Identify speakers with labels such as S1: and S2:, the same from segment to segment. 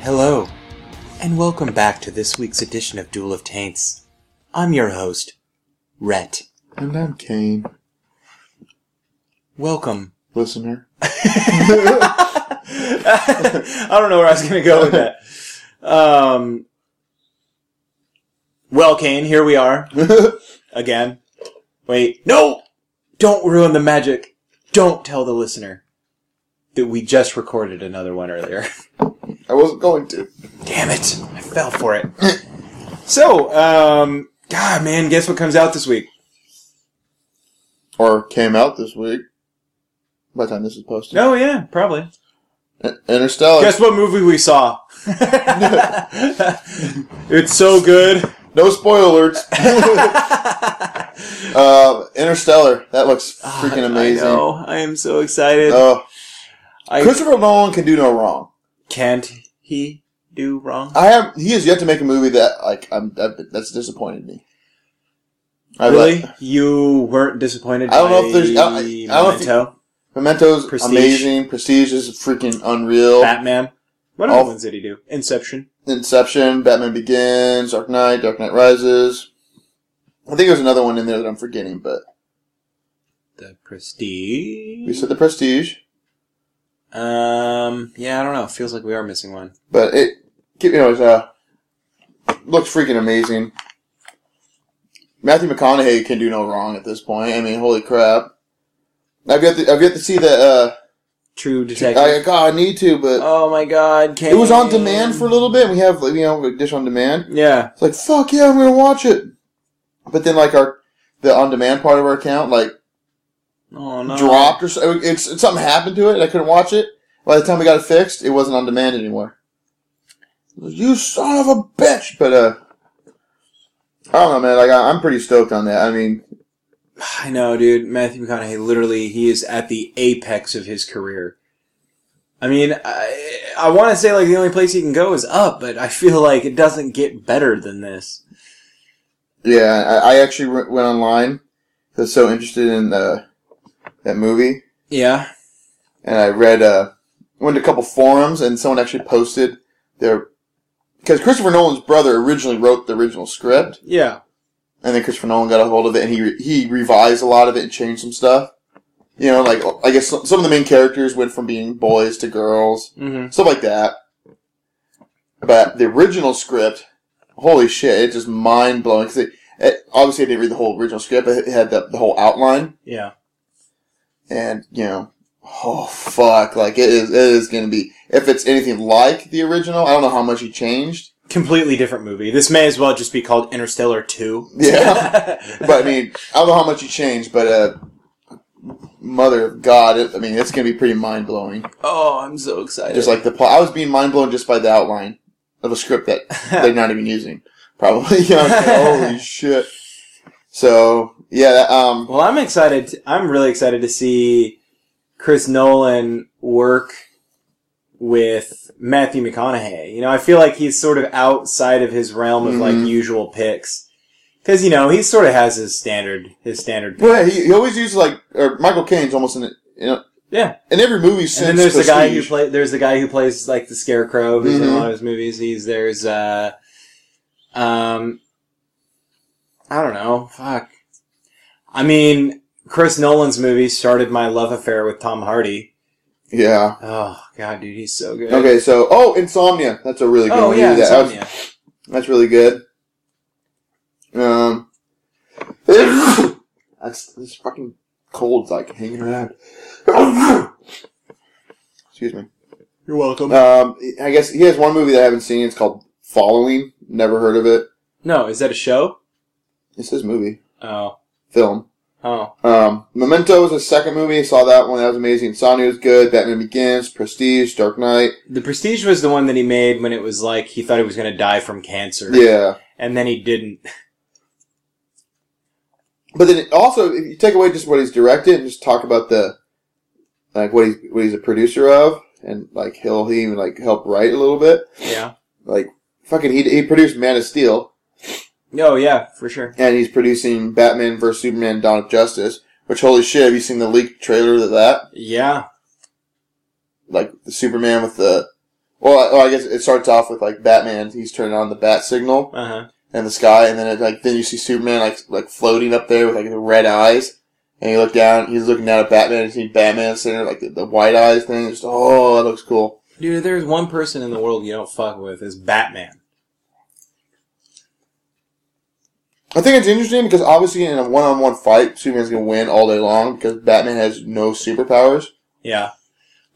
S1: Hello, and welcome back to this week's edition of Duel of Taints. I'm your host, Rhett.
S2: And I'm Kane,
S1: Welcome.
S2: listener.
S1: I don't know where I was going to go with that. Um, well, Kane, here we are again. Wait, no! Don't ruin the magic. Don't tell the listener that we just recorded another one earlier.
S2: I wasn't going to.
S1: Damn it! I fell for it. so, um, God, man, guess what comes out this week?
S2: Or came out this week. By the time this is posted.
S1: Oh yeah, probably.
S2: I- Interstellar.
S1: Guess what movie we saw? it's so good.
S2: No spoilers. uh, Interstellar. That looks freaking amazing.
S1: Ah, I know. I am so excited.
S2: Oh,
S1: I
S2: Christopher Nolan can do no wrong.
S1: can't he do wrong?
S2: I have. He has yet to make a movie that like I'm. That, that's disappointed me. I
S1: really?
S2: like-
S1: you weren't disappointed
S2: I don't know
S1: by
S2: if there's- I don't- I don't think-
S1: Memento?
S2: Memento's
S1: Prestige.
S2: amazing. Prestige is freaking unreal.
S1: Batman. What other
S2: All-
S1: ones did he do? Inception.
S2: Inception, Batman Begins, Dark Knight, Dark Knight Rises. I think there's another one in there that I'm forgetting, but
S1: The Prestige.
S2: we said the Prestige.
S1: Um. Yeah, I don't know. Feels like we are missing one.
S2: But it, you know, it's, uh, looks freaking amazing. Matthew McConaughey can do no wrong at this point. I mean, holy crap! I've yet to, I've yet to see the.
S1: True
S2: Uh,
S1: Detective.
S2: I, God, I need to, but
S1: oh my God!
S2: it was on
S1: Kane.
S2: demand for a little bit. We have like, you know like, Dish on Demand.
S1: Yeah.
S2: It's like fuck yeah, I'm gonna watch it. But then like our the on demand part of our account like
S1: Oh no.
S2: dropped or so, it's, it's something happened to it and I couldn't watch it. By the time we got it fixed, it wasn't on demand anymore. You son of a bitch! But uh, I don't know, man. Like I, I'm pretty stoked on that. I mean,
S1: I know, dude. Matthew McConaughey, literally, he is at the apex of his career. I mean, I, I want to say like the only place he can go is up, but I feel like it doesn't get better than this.
S2: yeah, I, I actually went went online. 'cause I was so interested in uh, that movie.
S1: Yeah.
S2: and I read uh went to a couple forums and someone actually posted their because Christopher Nolan's brother originally wrote the original script
S1: Yeah.
S2: and then Christopher Nolan got a hold of it and he re- he revised a lot of it and changed some stuff. You know, like I guess some some of the main characters went from being boys to girls,
S1: Mm-hmm.
S2: stuff like that. But the original script, holy shit, it's just mind blowing. Cause it, it, obviously, I didn't read the whole original script, but it had the, the whole outline
S1: Yeah.
S2: and you know, oh fuck, like it is, it is going to be if it's anything like the original. I don't know how much he changed,
S1: Completely different movie. This may as well just be called Interstellar Two.
S2: Yeah. but I mean, I don't know how much he changed, but uh, mother of God, it, I mean, it's going to be pretty mind blowing.
S1: oh, I'm so excited.
S2: Just like the plot, I was being mind blown just by the outline of a script that they're not even using, probably. You know, it's like, holy shit. So yeah, that, um,
S1: Well, I'm excited. t I'm really excited to see Chris Nolan work with Matthew McConaughey. You know, I feel like he's sort of outside of his realm of like
S2: Mhm.
S1: usual picks because you know he sort of has his standard, his standard. Pick.
S2: well, yeah, he, he always uses like or Michael Caine's almost in. You know,
S1: Yeah,
S2: in every movie since
S1: and then there's the guy who
S2: Prestige.
S1: play. There's the guy who plays like the Scarecrow, who's in a
S2: Mhm.
S1: lot of his movies. He's there's, uh, um, I don't know. Fuck. I mean, Chris Nolan's movie started my love affair with Tom Hardy.
S2: Yeah,
S1: Oh god, dude, he's so good.
S2: Okay, so oh, insomnia. That's a really good
S1: Oh
S2: one.
S1: yeah,
S2: That- that was-
S1: Insomnia.
S2: that's really good. Um, that's this fucking cold's like hanging around. Excuse me.
S1: You're welcome.
S2: Um, I guess he has one movie that I haven't seen. It's called Following. Never heard of it.
S1: No, is that a show?
S2: It's his movie
S1: Oh,
S2: film.
S1: oh,
S2: Um, Memento was his second movie. I saw that one. That was amazing. Insomnia was good. Batman Begins, Prestige, Dark Knight.
S1: the Prestige was the one that he made when it was like he thought he was gonna die from cancer.
S2: Yeah.
S1: and then he didn't.
S2: But then it also, if you take away just what he's directed and just talk about the like what he's what he's a producer of, and like he'll he even like help write a little bit.
S1: Yeah.
S2: Like fucking, he he produced Man of Steel,
S1: Oh yeah, for sure.
S2: and he's producing Batman vs Superman: Dawn of Justice. Which holy shit, have you seen the leaked trailer to that?
S1: Yeah.
S2: Like the Superman with the Well, I, well, I guess it starts off with like Batman. He's turning on the bat signal
S1: Uh huh.
S2: in the sky, and then it, like then you see Superman like like floating up there with like the red eyes, and you look down. He's looking down at Batman, and you see Batman sitting there like the, the white eyes thing. Just oh, that looks cool.
S1: Dude, if there's one person in the world you don't fuck with is Batman.
S2: I think it's interesting because obviously in a one-on-one fight, Superman's gonna win all day long because Batman has no superpowers.
S1: Yeah.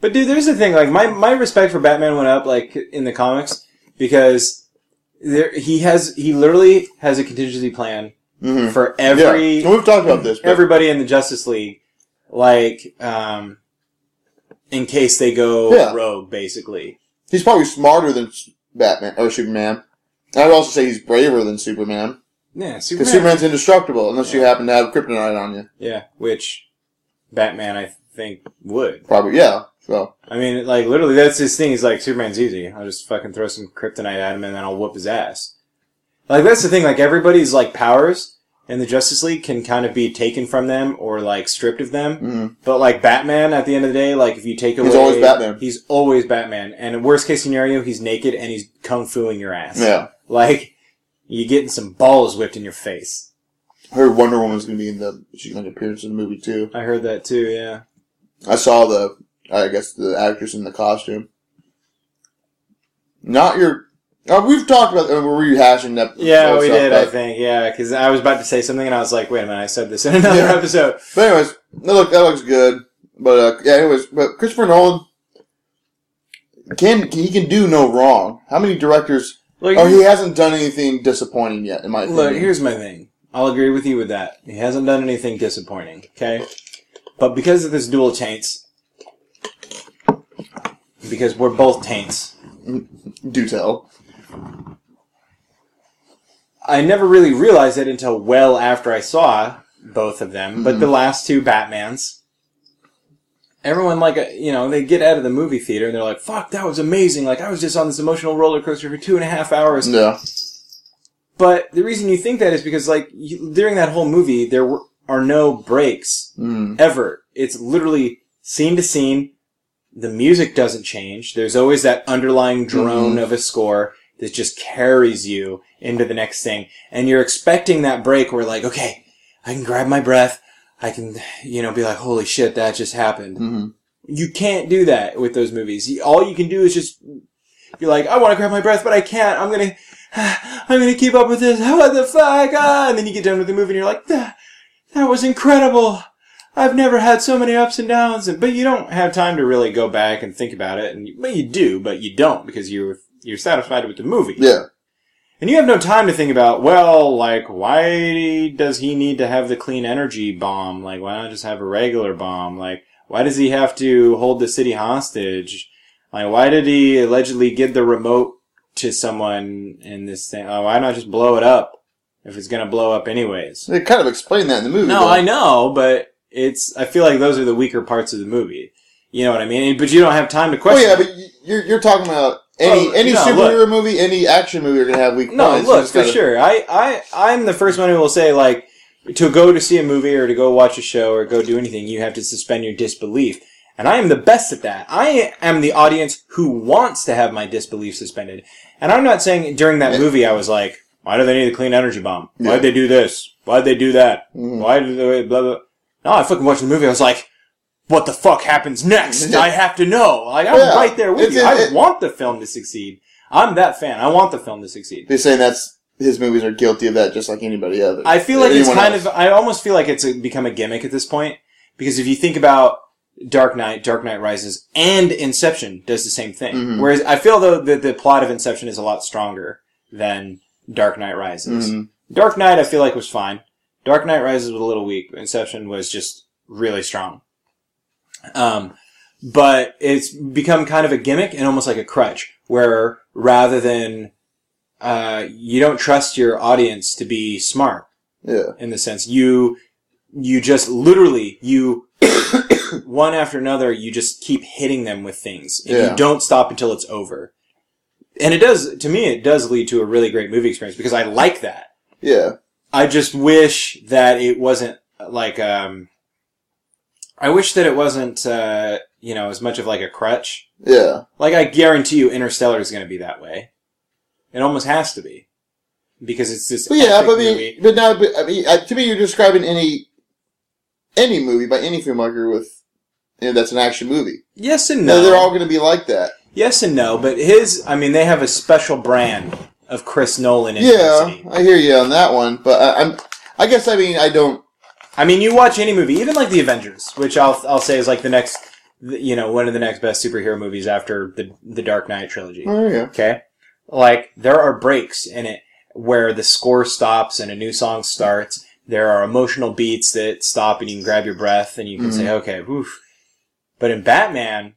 S1: But dude, there's the thing. Like my my respect for Batman went up like in the comics because there he has he literally has a contingency plan
S2: Mm-hmm.
S1: for every
S2: yeah. And we've talked about this. But
S1: everybody in the Justice League, like um, in case they go
S2: Yeah.
S1: rogue, basically.
S2: he's probably smarter than S- Batman or Superman. And I'd also say he's braver than Superman
S1: Yeah, Superman.
S2: because Superman's indestructible unless you happen to have kryptonite on you.
S1: Yeah, which Batman I think would.
S2: Probably, yeah. So
S1: I mean, like literally, that's his thing. He's like Superman's easy. I'll just fucking throw some kryptonite at him and then I'll whoop his ass. Like that's the thing. Like everybody's like powers in the Justice League can kind of be taken from them or like stripped of them.
S2: mm-hmm.
S1: But like Batman, at the end of the day, like if you take away,
S2: He's always Batman.
S1: He's always Batman, and in worst case scenario, he's naked and he's kung fuing your ass.
S2: yeah.
S1: like you getting some balls whipped in your face.
S2: I heard Wonder Woman's gonna be in the she's gonna appear in the movie too.
S1: I heard that too. Yeah,
S2: I saw the I guess the actress in the costume. Not your. Uh, we've talked about. Uh, we're rehashing that.
S1: yeah,
S2: that
S1: we
S2: stuff,
S1: did. I
S2: but-
S1: think yeah, because I was about to say something and I was like, wait a minute, I said this in another
S2: Yeah.
S1: episode.
S2: But anyways, that look that looks good. But uh, yeah, anyways, but Christopher Nolan can he can do no wrong. How many directors?
S1: Look,
S2: Oh, he hasn't done anything disappointing yet, in my
S1: look,
S2: opinion.
S1: here's my thing. I'll agree with you with that. He hasn't done anything disappointing. Okay, but because of this dual taints, because we're both taints.
S2: Do tell.
S1: I never really realized it until well after I saw both of them, but the last two Batmans. Everyone like uh, you know they get out of the movie theater and they're like, "Fuck, that was amazing!" Like I was just on this emotional roller coaster for two and a half hours.
S2: Yeah,
S1: But the reason you think that is because like you, during that whole movie there were, are no breaks
S2: mm.
S1: ever. It's literally scene to scene. The music doesn't change. There's always that underlying drone of a score that just carries you into the next thing. And you're expecting that break where like, okay, I can grab my breath. I can, you know, be like, holy shit, that just happened.
S2: Mhm.
S1: You can't do that with those movies. You- All you can do is just be like, I want to grab my breath, but I can't. I'm gonna, I'm gonna keep up with this. What the fuck? Ah! And then you get done with the movie and you're like, that, that was incredible. I've never had so many ups and downs, and, but you don't have time to really go back and think about it. And well, you do, but you don't because you're you're satisfied with the movie,
S2: yeah.
S1: and you have no time to think about. Well, like why does he need to have the clean energy bomb? Like why not just have a regular bomb? Like why does he have to hold the city hostage? Like why did he allegedly give the remote to someone in this thing? Uh, why not just blow it up if it's gonna blow up anyways?
S2: They kind of explain that in the movie.
S1: No,
S2: though.
S1: I know, but it's. I feel like those are the weaker parts of the movie. You know what I mean? But you don't have time to
S2: Oh
S1: question.
S2: yeah, but y- you're you're talking about any
S1: Oh,
S2: any
S1: no,
S2: superhero movie, any action movie, you're gonna have weak
S1: no,
S2: points. You
S1: look
S2: oh, just
S1: for
S2: gotta-
S1: sure. I, I, I'm the first one who will say like to go to see a movie or to go watch a show or go do anything. You have to suspend your disbelief, and I am the best at that. I am the audience who wants to have my disbelief suspended. And I'm not saying during that
S2: Yeah.
S1: movie I was like, why do they need a clean energy bomb?
S2: Yeah.
S1: Why'd they do this? Why'd they do that?
S2: Mhm.
S1: Why did they blah blah? No, I fucking watched the movie. I was like. What the fuck happens next? I have to know. Like I'm
S2: Yeah.
S1: right there with
S2: It's-
S1: you.
S2: it-
S1: I
S2: it-
S1: want the film to succeed. I'm that fan. I want the film to succeed.
S2: They're saying that's his movies are guilty of that, just like anybody other.
S1: I feel like it's
S2: anyone
S1: kind
S2: else.
S1: of. I almost feel like it's a, become a gimmick at this point because if you think about Dark Knight, Dark Knight Rises, and Inception does the same thing.
S2: Mhm.
S1: Whereas I feel though that the plot of Inception is a lot stronger than Dark Knight Rises.
S2: Mhm.
S1: Dark Knight I feel like was fine. Dark Knight Rises was a little weak. but Inception was just really strong. Um, but it's become kind of a gimmick and almost like a crutch where rather than uh, you don't trust your audience to be smart
S2: yeah.
S1: in the sense you you just literally you one after another you just keep hitting them with things and
S2: Yeah.
S1: you don't stop until it's over and it does to me it does lead to a really great movie experience because i like that
S2: Yeah.
S1: i just wish that it wasn't like um I wish that it wasn't, uh, you know, as much of like a crutch.
S2: Yeah.
S1: Like I guarantee you, Interstellar is going to be that way. It almost has to be because it's this.
S2: But yeah,
S1: epic
S2: but, I mean,
S1: movie.
S2: but now, but, I mean, uh, to me, you're describing any any movie by any filmmaker with you know, that's an action movie.
S1: yes and
S2: No,
S1: no.
S2: they're all going to be like that.
S1: yes and no, but his. I mean, they have a special brand of Chris Nolan intensity.
S2: Yeah, I hear you on that one, but I, I'm. I guess I mean I don't.
S1: I mean, you watch any movie, even like the Avengers, which I'll I'll say is like the next, you know, one of the next best superhero movies after the the Dark Knight trilogy.
S2: Oh yeah.
S1: Okay. Like, there are breaks in it where the score stops and a new song starts. There are emotional beats that stop and you can grab your breath and you can
S2: Mm-hmm.
S1: say, okay, woof. But in Batman,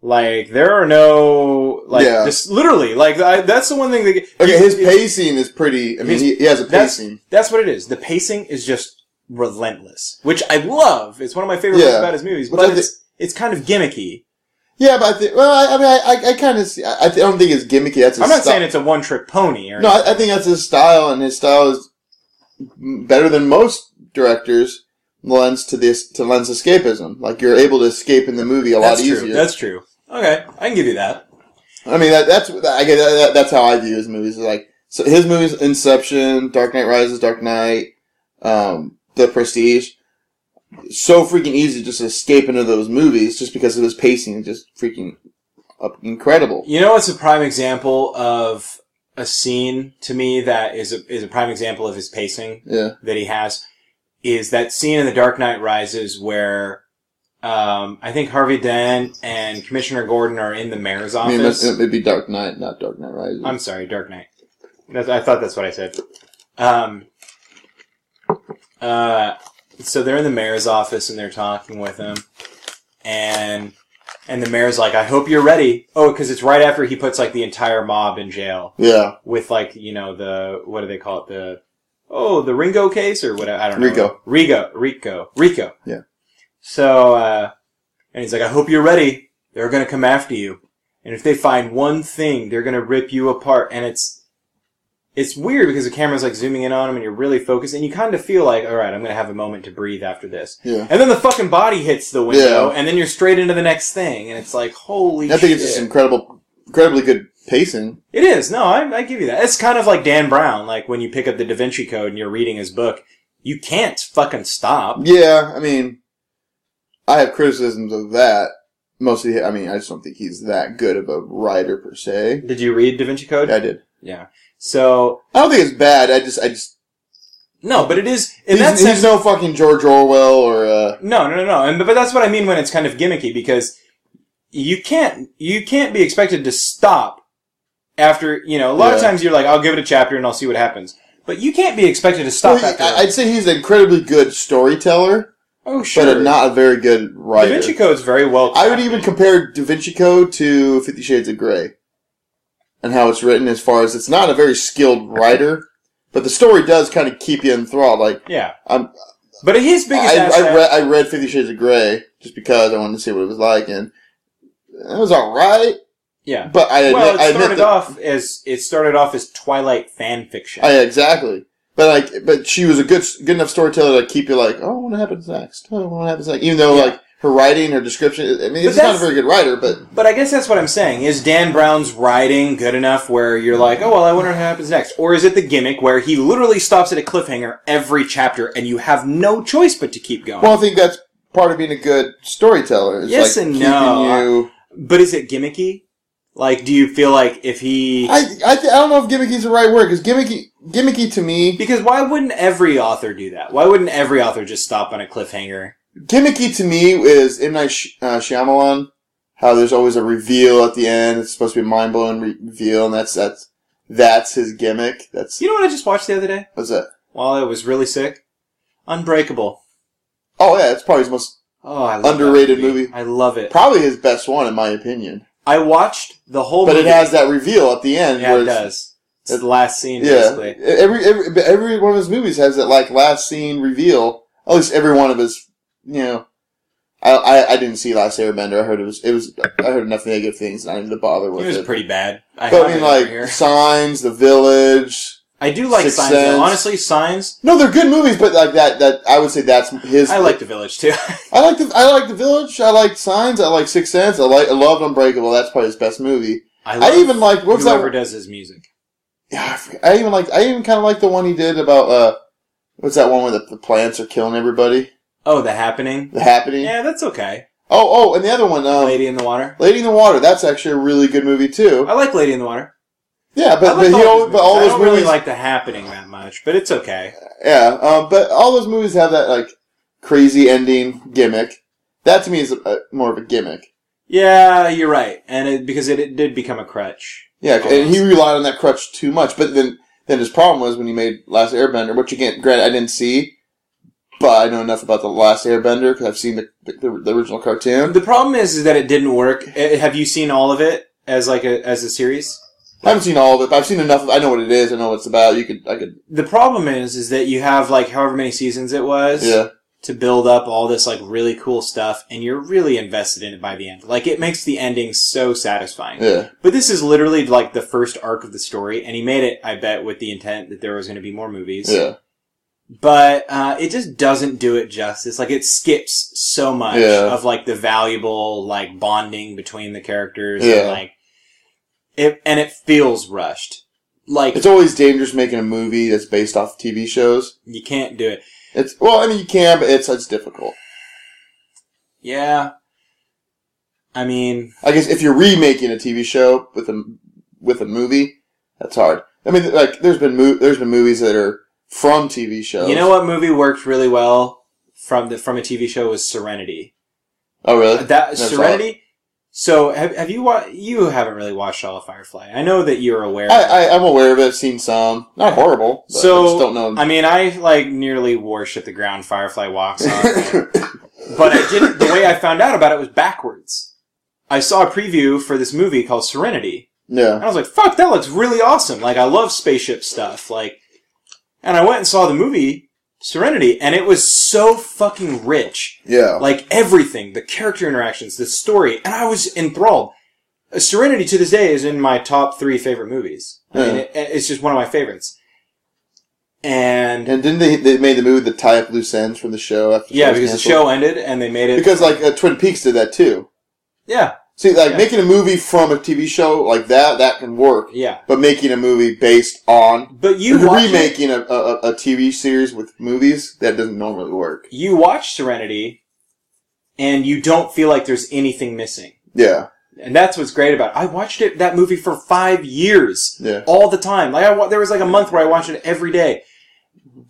S1: like, there are no, like,
S2: Yeah.
S1: this, literally, like, I, that's the one thing that,
S2: Okay, his
S1: it-
S2: pacing is pretty. I mean,
S1: His-
S2: he, he has a
S1: that's-
S2: pacing.
S1: that's what it is. The pacing is just relentless, which I love. It's one of my favorite
S2: Yeah.
S1: things about his movies,
S2: Which
S1: but
S2: I thi-
S1: it's, it's kind of gimmicky.
S2: Yeah, but I think. Well, I, I mean, I, I, I kind of. see I, I don't think it's gimmicky. That's. His
S1: I'm not
S2: style.
S1: saying it's a one trick pony or
S2: No, I, I think that's his style, and his style is better than most directors lends to this to lends escapism. Like you're able to escape in the movie a
S1: that's
S2: lot
S1: true.
S2: easier.
S1: That's true. Okay. I can give you that.
S2: I mean, that, that's I guess that, that, that's how I view his movies. is Like so, his movies: Inception, Dark Knight Rises, Dark Knight, um, The Prestige. So freaking easy just to escape into those movies just because of his pacing, is just freaking up, incredible.
S1: You know what's a prime example of a scene to me that is a, is a prime example of his pacing
S2: Yeah,
S1: that he has is that scene in The Dark Knight Rises where um, I think Harvey Dent and Commissioner Gordon are in the mayor's
S2: I mean, uh, it must-
S1: office.
S2: it may be Dark Knight, not Dark Knight Rises.
S1: I'm sorry, Dark Knight. That's, I thought that's what I said. Um, uh, so they're in the mayor's office and they're talking with him, and and the mayor's like, "I hope you're ready." Oh, because it's right after he puts like the entire mob in jail
S2: yeah,
S1: with like you know the what do they call it the oh the Ringo case or what I don't know
S2: Rico.
S1: Rico Rico Rico
S2: Yeah.
S1: so uh, and he's like I hope you're ready they're gonna come after you and if they find one thing they're gonna rip you apart and it's it's weird because the camera's like zooming in on him and you're really focused and you kind of feel like all right I'm gonna have a moment to breathe after this
S2: yeah.
S1: and then the fucking body hits the window
S2: Yeah.
S1: and then you're straight into the next thing and it's like holy
S2: I think
S1: shit.
S2: it's just incredible, incredibly good pacing.
S1: It is. No, I, I give you that. It's kind of like Dan Brown. Like when you pick up the Da Vinci Code and you're reading his book, you can't fucking stop.
S2: Yeah, I mean, I have criticisms of that. Mostly, I mean, I just don't think he's that good of a writer per se.
S1: Did you read Da Vinci Code?
S2: I did.
S1: Yeah. So
S2: I don't think it's bad. I just, I just,
S1: no, but it is in
S2: he's,
S1: that
S2: he's
S1: sense.
S2: no fucking George Orwell or, uh,
S1: No, no, no, no. And but that's what I mean when it's kind of gimmicky because you can't you can't be expected to stop after you know a lot of
S2: Yeah.
S1: times you're like I'll give it a chapter and I'll see what happens, but you can't be expected to stop
S2: well,
S1: after.
S2: I- I'd say he's an incredibly good storyteller,
S1: oh sure,
S2: but not a very good
S1: Da
S2: writer.
S1: Vinci Code's very well.
S2: I would
S1: crafted.
S2: even compare Da Vinci Code to Fifty Shades of Grey and how it's written as far as it's not a very skilled writer, but the story does kind of keep you enthralled. Like,
S1: yeah.
S2: I'm-
S1: but his biggest
S2: I,
S1: asset-
S2: I, read, I read Fifty Shades of Grey just because I wanted to see what it was like, and it was all right.
S1: yeah.
S2: But I admit,
S1: well,
S2: I
S1: it
S2: admit
S1: started
S2: that,
S1: off as it started off as Twilight fan fiction.
S2: I, exactly. But like, but she was a good, good enough storyteller to keep you like, oh, what happens next? Oh, what happens next? Even though
S1: Yeah.
S2: like her writing, her description, I mean, it's not a
S1: that's-
S2: very good writer, but
S1: but I guess that's what I'm saying. Is Dan Brown's writing good enough where you're like, oh well, I wonder what happens next, or is it the gimmick where he literally stops at a cliffhanger every chapter and you have no choice but to keep going?
S2: well, I think that's part of being a good storyteller. It's
S1: Yes
S2: like
S1: and
S2: keeping
S1: no.
S2: You,
S1: but is it gimmicky? Like, do you feel like if he?
S2: I, I, th- I don't know if gimmicky is the right word because gimmicky, gimmicky to me,
S1: because why wouldn't every author do that? Why wouldn't every author just stop on a cliffhanger?
S2: gimmicky to me is M Night Sh- uh, Shyamalan. How there's always a reveal at the end. It's supposed to be a mind blowing re- reveal, and that's that's that's his gimmick. That's
S1: You know what I just watched the other day
S2: what's that?
S1: while I was really sick? Unbreakable.
S2: Oh yeah, it's probably his most
S1: Oh, I love that
S2: Underrated movie.
S1: I love it.
S2: probably his best one in my opinion.
S1: I watched the whole
S2: But
S1: movie.
S2: it has that reveal at the end.
S1: Oh, Yeah,
S2: where
S1: it
S2: it's-
S1: does. It's the last scene,
S2: Yeah, E-,
S1: basically.
S2: every every but every one of his movies has that like last scene reveal. At least every one of his, you know. I, I, I didn't see Last Airbender. I heard it was it was I heard enough negative things, and I didn't bother
S1: It
S2: with
S1: was
S2: it.
S1: pretty bad. I,
S2: But
S1: have
S2: I mean,
S1: it over
S2: like
S1: here.
S2: signs, the village.
S1: I do like
S2: Sixth
S1: Signs. though.
S2: Sense.
S1: Honestly, Signs.
S2: No, they're good movies, but like that, that I would say that's his.
S1: I like The Village too.
S2: I like the, I like the Village. I like Signs. I like Sixth Sense. I like, I loved Unbreakable. That's probably his best movie. I even like what's
S1: whoever
S2: that?
S1: does his music.
S2: Yeah, I forget- I even like. I even kind of like the one he did about uh, what's that one where the, the plants are killing everybody?
S1: Oh, The Happening.
S2: The happening.
S1: Yeah, that's okay.
S2: Oh, oh, and the other one, um, Lady.
S1: Lady in the Water.
S2: in the Water. That's actually a really good movie too.
S1: I like Lady in the Water.
S2: Yeah,
S1: I
S2: but, but,
S1: like
S2: he
S1: all
S2: al-
S1: those
S2: but all
S1: movies. I
S2: those
S1: don't
S2: movies,
S1: really like The Happening that much, but it's okay.
S2: yeah, um, but all those movies have that like crazy ending gimmick. That to me is a, more of a gimmick.
S1: Yeah, you're right, and it, because it, it did become a crutch.
S2: Yeah, and he
S1: Almost.
S2: relied on that crutch too much. But then, then his problem was when he made Last Airbender, which again, granted, I didn't see, but I know enough about the Last Airbender because I've seen the, the, the original cartoon.
S1: The problem is, is that it didn't work. Eh, Have you seen all of it as like a as a series?
S2: I haven't seen all of it, but I've seen enough. Of, I know what it is. I know what it's about. You could, I could,
S1: The problem is, is that you have like however many seasons it was
S2: yeah,
S1: to build up all this like really cool stuff, and you're really invested in it by the end. Like it makes the ending so satisfying.
S2: yeah.
S1: But this is literally like the first arc of the story, and he made it, I bet, with the intent that there was going to be more movies.
S2: Yeah,
S1: But uh, it just doesn't do it justice. Like it skips so much
S2: Yeah.
S1: of like the valuable like bonding between the characters. And,
S2: Yeah.
S1: like it, and it feels rushed. Like
S2: it's always dangerous making a movie that's based off TV shows.
S1: you can't do it.
S2: It's well, I mean, you can, but it's it's difficult.
S1: Yeah. I mean,
S2: I guess if you're remaking a TV show with a with a movie, that's hard. I mean, like there's been mo- there's been movies that are from TV shows.
S1: you know what movie worked really well from the from a TV show was Serenity.
S2: Oh, really?
S1: that
S2: Never saw
S1: Serenity. So have, have you wa- you haven't really watched all of Firefly? I know that you're aware. of it.
S2: I, I I'm aware of it. I've seen some. Not horrible. But
S1: So,
S2: I just don't know.
S1: I mean, I like nearly worship the ground Firefly walks on, but I didn't. The way I found out about it was backwards. I saw a preview for this movie called Serenity, and
S2: yeah.
S1: I was like, "Fuck, that looks really awesome! Like, I love spaceship stuff." Like, and I went and saw the movie Serenity, and it was so fucking rich.
S2: Yeah.
S1: like everything the character interactions the story and i was enthralled Uh, serenity to this day is in my top three favorite movies i mean
S2: Yeah.
S1: it, it's just one of my favorites and,
S2: and didn't they they made the movie to tie up loose ends from the show after
S1: yeah
S2: was
S1: because the
S2: canceled?
S1: show ended and they made it
S2: because like uh, Twin Peaks did that too.
S1: yeah
S2: See, like
S1: Yeah.
S2: making a movie from a TV show like that that can work,
S1: yeah
S2: but making a movie based on
S1: but you watch it,
S2: remaking a, a, a TV series with movies that doesn't normally work.
S1: you watch serenity and you don't feel like there's anything missing
S2: Yeah,
S1: and that's what's great about it. i watched it that movie for five years
S2: yeah.
S1: all the time like I, wa- there was like a month where i watched it every day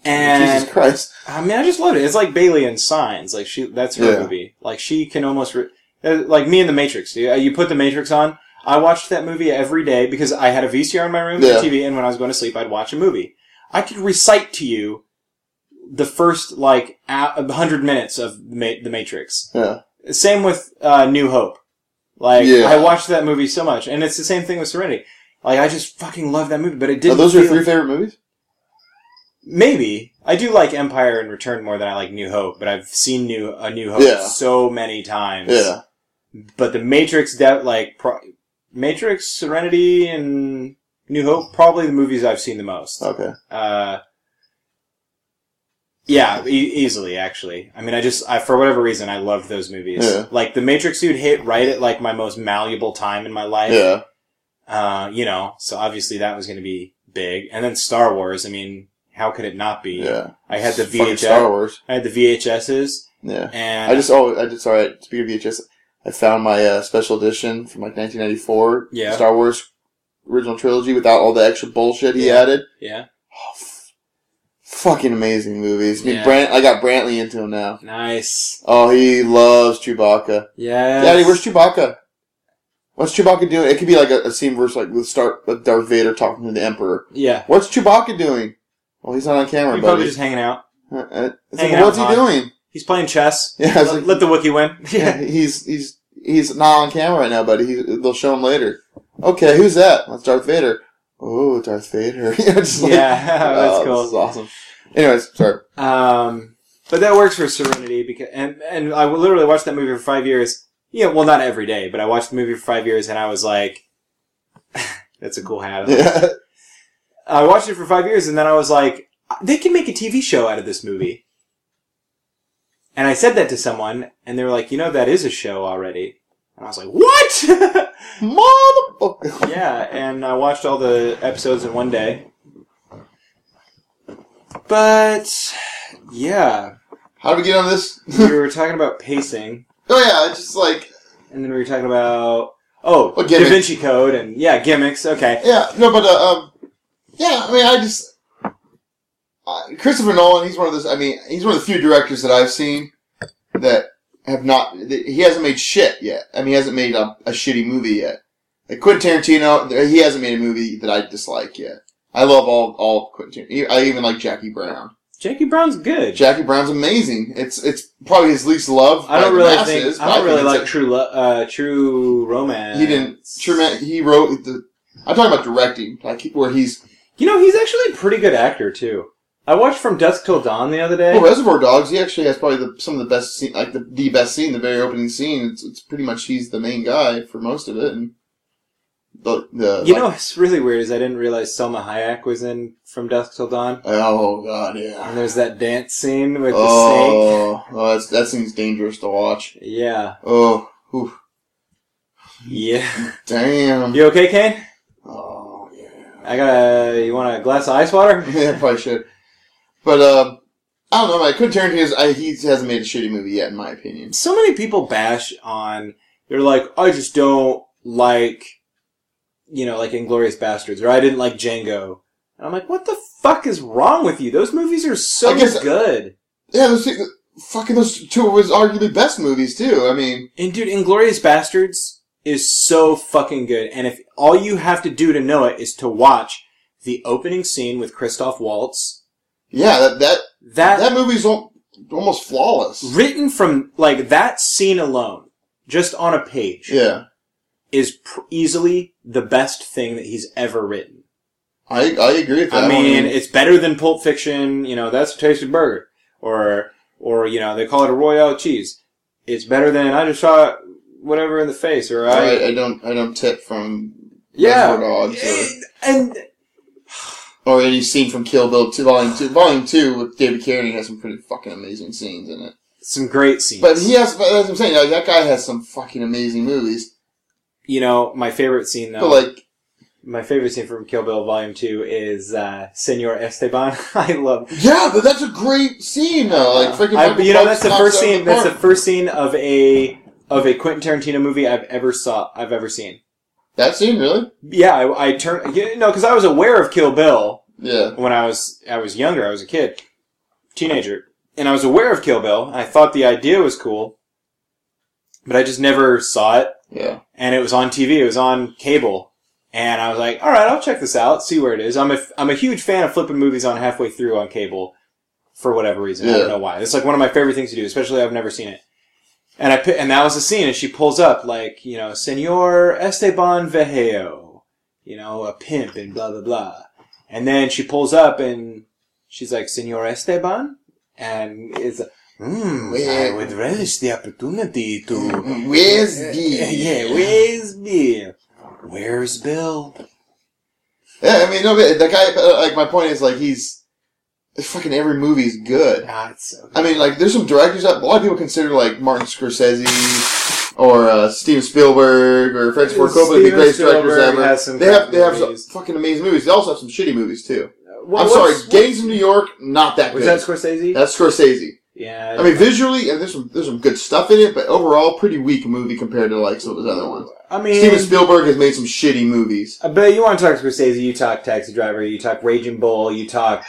S1: and
S2: Jesus Christ.
S1: I mean, I just loved it. It's like Bailey and Signs. Like she, that's her
S2: Yeah.
S1: movie. Like she can almost, re- uh, like me and The Matrix. You, uh, you put The Matrix on. I watched that movie every day because I had a VCR in my room, and
S2: Yeah.
S1: a TV, and when I was going to sleep, I'd watch a movie. I could recite to you the first like a hundred minutes of Ma- The Matrix.
S2: Yeah,
S1: Same with uh, New Hope. Like
S2: Yeah.
S1: I watched that movie so much, and it's the same thing with Serenity. Like I just fucking love that movie, but it
S2: are
S1: didn't.
S2: those your
S1: feel-
S2: three favorite movies?
S1: Maybe I do like Empire and Return more than I like New Hope, but I've seen New a New Hope
S2: Yeah.
S1: so many times.
S2: Yeah,
S1: But the Matrix, that like pro- Matrix, Serenity, and New Hope, probably the movies I've seen the most.
S2: okay.
S1: Uh, yeah, e- easily actually. I mean, I just I, for whatever reason I loved those movies.
S2: Yeah.
S1: Like the Matrix, dude, hit right at like my most malleable time in my life.
S2: Yeah,
S1: Uh, you know, so obviously that was going to be big. And then Star Wars. I mean, how could it not be?
S2: yeah.
S1: I had the
S2: Fucking Star
S1: VHS.
S2: Wars.
S1: I had the VHSs,
S2: Yeah.
S1: and
S2: I just oh I just sorry. Speaking of VHS, I found my uh, special edition from like 1994.
S1: Yeah.
S2: Star Wars original trilogy without all the extra bullshit he
S1: Yeah.
S2: added.
S1: yeah,
S2: Oh, f- fucking amazing movies. I mean,
S1: Yeah.
S2: Brant, I got Brantley into him now.
S1: nice,
S2: Oh, he loves Chewbacca.
S1: yeah.
S2: Daddy, where's Chewbacca? What's Chewbacca doing? It could be like a, a scene where it's like with start with Darth Vader talking to the Emperor.
S1: yeah,
S2: What's Chewbacca doing? Well, he's not on camera,
S1: he's probably
S2: buddy.
S1: just hanging out.
S2: Uh, uh, it's
S1: hanging
S2: like,
S1: out
S2: what's he
S1: hot.
S2: doing?
S1: He's playing chess.
S2: Yeah, I was
S1: let,
S2: like,
S1: let the Wookiee win.
S2: Yeah, he's he's he's not on camera right now, buddy. He, they'll show him later. Okay, who's that? That's Darth Vader. Oh, Darth Vader. You know, just like,
S1: yeah, that's
S2: oh,
S1: cool.
S2: This is awesome. Anyways, sorry.
S1: Um, but that works for Serenity because, and and I literally watched that movie for five years. Yeah, well, not every day, but I watched the movie for five years, and I was like, "That's a cool hat."
S2: Yeah.
S1: I watched it for five years, and then I was like, they can make a TV show out of this movie. And I said that to someone, and they were like, you know, that is a show already. And I was like, what?
S2: Motherfucker.
S1: yeah, and I watched all the episodes in one day. But, yeah,
S2: How do we get on this?
S1: we were talking about pacing,
S2: oh yeah, it's just like
S1: and then we were talking about, oh,
S2: Well,
S1: Da
S2: gimmicks.
S1: Vinci Code, and yeah, gimmicks, okay.
S2: yeah, no, but uh, um, yeah. I mean, I just uh, Christopher Nolan. He's one of those. I mean, he's one of the few directors that I've seen that have not. That he hasn't made shit yet. I mean, he hasn't made a, a shitty movie yet. Like Quentin Tarantino, th- he hasn't made a movie that I dislike yet. I love all all Quentin. Tarantino. I even like Jackie Brown.
S1: Jackie Brown's good.
S2: Jackie Brown's amazing. It's it's probably his least loved.
S1: I don't
S2: by
S1: really
S2: the masses,
S1: think
S2: but
S1: I don't really
S2: it's
S1: like
S2: a-
S1: true lo- uh, true romance.
S2: He didn't. Truman. He wrote the. I'm talking about directing, like where he's.
S1: You know, he's actually a pretty good actor too. I watched From Dusk Till Dawn the other day.
S2: Well, Reservoir Dogs. He actually has probably the, some of the best scene, like the, the best scene, the very opening scene. It's, it's pretty much he's the main guy for most of it, and the the.
S1: you
S2: like-
S1: know, what's really weird is I didn't realize Selma Hayek was in From Dusk Till Dawn.
S2: Oh God,
S1: And
S2: yeah.
S1: there's that dance scene with the snake.
S2: Oh, oh, that's, that seems dangerous to watch.
S1: Yeah,
S2: Oh, whew,
S1: yeah.
S2: damn.
S1: You okay, Kane?
S2: Oh yeah.
S1: I got a. You want a glass of ice water?
S2: yeah, probably should. But um, I don't know. Like Quentin Tarantino, I, he hasn't made a shitty movie yet, in my opinion.
S1: So many people bash on. They're like, I just don't like, you know, like Inglorious Bastards, or I didn't like Django. And I'm like, what the fuck is wrong with you? Those movies are so
S2: I guess- uh,
S1: good.
S2: Yeah, those two, fucking those two was arguably best movies too. I mean,
S1: And dude, Inglorious Bastards is so fucking good. And if all you have to do to know it is to watch the opening scene with Christoph Waltz,
S2: yeah, that that
S1: that,
S2: that movie's al- almost flawless.
S1: written from like that scene alone, just on a page,
S2: Yeah,
S1: is pr- easily the best thing that he's ever written.
S2: I I agree with that.
S1: I mean,
S2: one.
S1: it's better than Pulp Fiction. You know, that's a tasty burger, or or you know, they call it a Royale cheese. It's better than I just shot whatever in the face, or I
S2: I, I don't I don't tip from
S1: yeah,
S2: Reservoir Dogs or,
S1: and, and
S2: or any scene from Kill Bill two volume two volume two with David Carradine has some pretty fucking amazing scenes in it.
S1: some great scenes.
S2: But he has but that's what I'm saying. Like that guy has some fucking amazing movies.
S1: you know, my favorite scene though,
S2: But like
S1: my favorite scene from Kill Bill Volume Two is uh, Senor Esteban. I love. uh,
S2: yeah, but that's a great scene though. Like freaking
S1: I-
S2: Michael
S1: you know, that's
S2: Parks
S1: the
S2: knocks
S1: first
S2: it out of
S1: scene. That's the
S2: park.
S1: first scene of a of a Quentin Tarantino movie I've ever saw. I've ever seen.
S2: that scene really.
S1: Yeah, I, I turn. You know, because I was aware of Kill Bill.
S2: Yeah,
S1: when I was I was younger, I was a kid, teenager, and I was aware of Kill Bill. and I thought the idea was cool, but I just never saw it.
S2: yeah.
S1: And it was on TV. It was on cable, and I was like, "All right, I'll check this out. See where it is." I'm a I'm a huge fan of flipping movies on halfway through on cable, for whatever reason. I
S2: Yeah.
S1: don't know why. It's like one of my favorite things to do, especially I've never seen it. And I pi- and that was the scene, and she pulls up like you know, Senor Esteban Vejeo, you know, a pimp and blah blah blah. And then she pulls up and she's like, Senor Esteban? And it's, mmm, I would relish the opportunity
S2: Mm-hmm.
S1: to.
S2: Where's the
S1: Yeah, where's Bill? Where's Bill?
S2: Yeah, I mean, no, but the guy. uh, Like, my point is, like, he's fucking every movie's good.
S1: Ah, it's so
S2: I mean, like, there's some directors that a lot of people consider like Martin Scorsese or uh, Steven Spielberg or Francis Ford Coppola to be
S1: Steven
S2: greatest directors
S1: Spielberg
S2: ever.
S1: has some
S2: They have
S1: great
S2: they have some
S1: movies.
S2: fucking amazing movies. They also have some shitty movies too.
S1: What-
S2: I'm
S1: what's-
S2: sorry, Gangs of New York, not that
S1: Was
S2: good.
S1: that Scorsese?
S2: That's Scorsese.
S1: yeah.
S2: I mean, visually, and there's some there's some good stuff in it, but overall, pretty weak movie compared to like some of his other ones.
S1: I
S2: Steven
S1: mean,
S2: Spielberg has made some shitty movies.
S1: I bet you want to talk Scorsese, you talk Taxi Driver, you talk Raging Bull, you talk.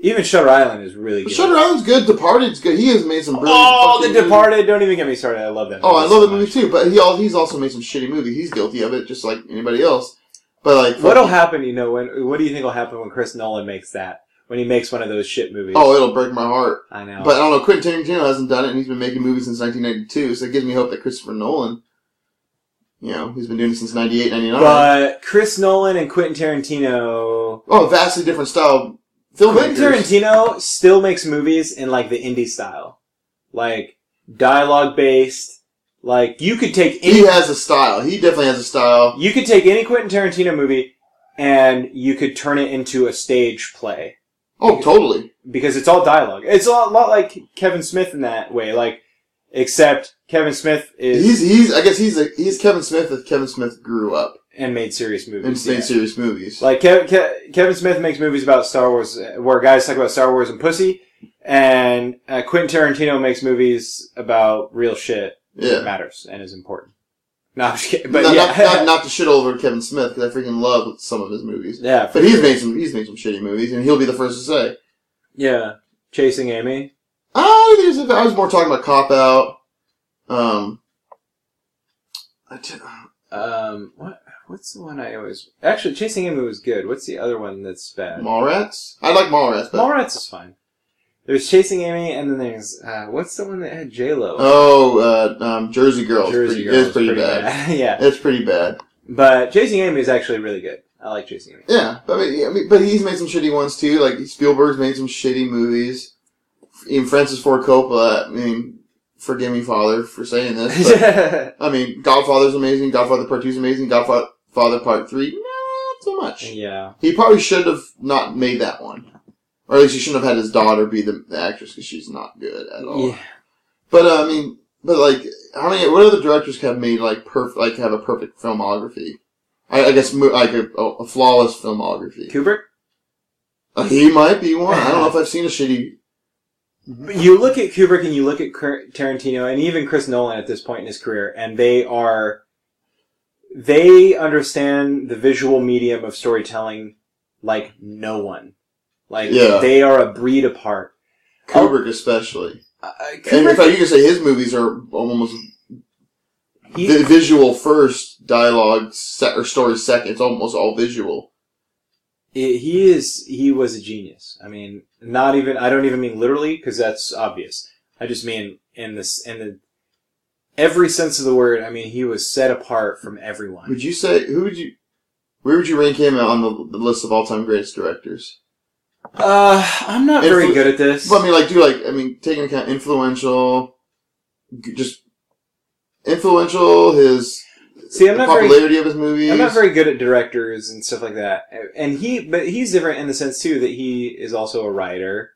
S1: Even Shutter Island is really
S2: But
S1: good.
S2: Shutter Island's good. Departed's good. He has made some. Brilliant
S1: oh, The
S2: fucking movies.
S1: Departed! Don't even get me started. I love that.
S2: Oh, I love
S1: so
S2: that movie
S1: much.
S2: too. But he all, he's also made some shitty movies. He's guilty of it, just like anybody else. But like,
S1: What'll happen? You know, when what do you think will happen when Chris Nolan makes that? When he makes one of those shit movies?
S2: oh, it'll break my heart.
S1: I know.
S2: But I don't know. Quentin Tarantino hasn't done it, and he's been making movies since 1992. So it gives me hope that Christopher Nolan, you know, he's been doing it since 98, 99.
S1: But Chris Nolan and Quentin Tarantino.
S2: oh, vastly different style
S1: Quentin
S2: filmmakers.
S1: Tarantino still makes movies in like the indie style, like dialogue based. Like you could take
S2: He
S1: any,
S2: has a style. He definitely has a style.
S1: you could take any Quentin Tarantino movie, and you could turn it into a stage play
S2: Oh, totally.
S1: because it's all dialogue. It's a lot, lot like Kevin Smith in that way, like except Kevin Smith is
S2: He's he's I guess he's a, he's Kevin Smith if Kevin Smith grew up
S1: and made serious
S2: and
S1: movies.
S2: stayed
S1: yeah.
S2: serious movies.
S1: Like Kev, Ke- Kevin Smith makes movies about Star Wars, uh, where guys talk about Star Wars and pussy, and uh, Quentin Tarantino makes movies about real shit that
S2: yeah.
S1: matters and is important. No, I'm just kidding. But
S2: not,
S1: yeah,
S2: not, not, not to shit all over Kevin Smith because I freaking love some of his movies.
S1: yeah,
S2: But he's made some he's made some shitty movies, and he'll be the first to say, "Ah,
S1: yeah. Chasing Amy.
S2: "I think it's- I was more talking about cop out." Um, I t- uh,
S1: Um, what? What's the one I always? Actually, Chasing Amy was good. What's the other one that's bad?
S2: Mallrats. I like Mallrats, but
S1: Mallrats is fine. There's Chasing Amy, and then there's uh, what's the one that had J Lo?
S2: oh, uh, um, Jersey Girl is
S1: Jersey
S2: pretty,
S1: Girl
S2: is
S1: was
S2: pretty bad.
S1: yeah,
S2: It's pretty bad.
S1: but Chasing Amy is actually really good. I like Chasing Amy.
S2: Yeah, but I mean, I mean, but he's made some shitty ones too. Like Spielberg's made some shitty movies. Even Francis Ford Coppola. I mean, forgive me, Father, for saying this. But, I mean, Godfather's amazing. Godfather Part Two's amazing. Godfather Part Three, not so much.
S1: yeah.
S2: He probably should have not made that one, or at least he shouldn't have had his daughter be the, the actress because she's not good at all.
S1: Yeah.
S2: But uh, I mean, but like, how many? What other directors have made like perfect, like have a perfect filmography? I, I guess mo- like a, a flawless filmography.
S1: Kubrick.
S2: Uh, He might be one. I don't know if I've seen a shitty.
S1: But you look at Kubrick and you look at Cur- Tarantino and even Chris Nolan at this point in his career, and they are they understand the visual medium of storytelling like no one. Like
S2: Yeah.
S1: they are a breed apart.
S2: Kubrick, especially.
S1: Uh,
S2: And in
S1: Oh. Kubrick,
S2: fact, you can say his movies are almost
S1: he-
S2: vi- visual first, dialogue se- or story second. It's almost all visual.
S1: It- he is he was a genius i mean not even i don't even mean literally because that's obvious i just mean in this in the every sense of the word i mean he was set apart from everyone
S2: Would you say who would you? Where would you rank him on the, the list of all-time greatest directors?
S1: uh i'm not very
S2: Influ-
S1: good at this
S2: Well, I mean, like, do like I mean, taking into account influential, g- just influential, his
S1: see i'm
S2: the
S1: not very
S2: popularity of his movies.
S1: i'm not very good at directors and stuff like that and he but he's different in the sense too that he is also a writer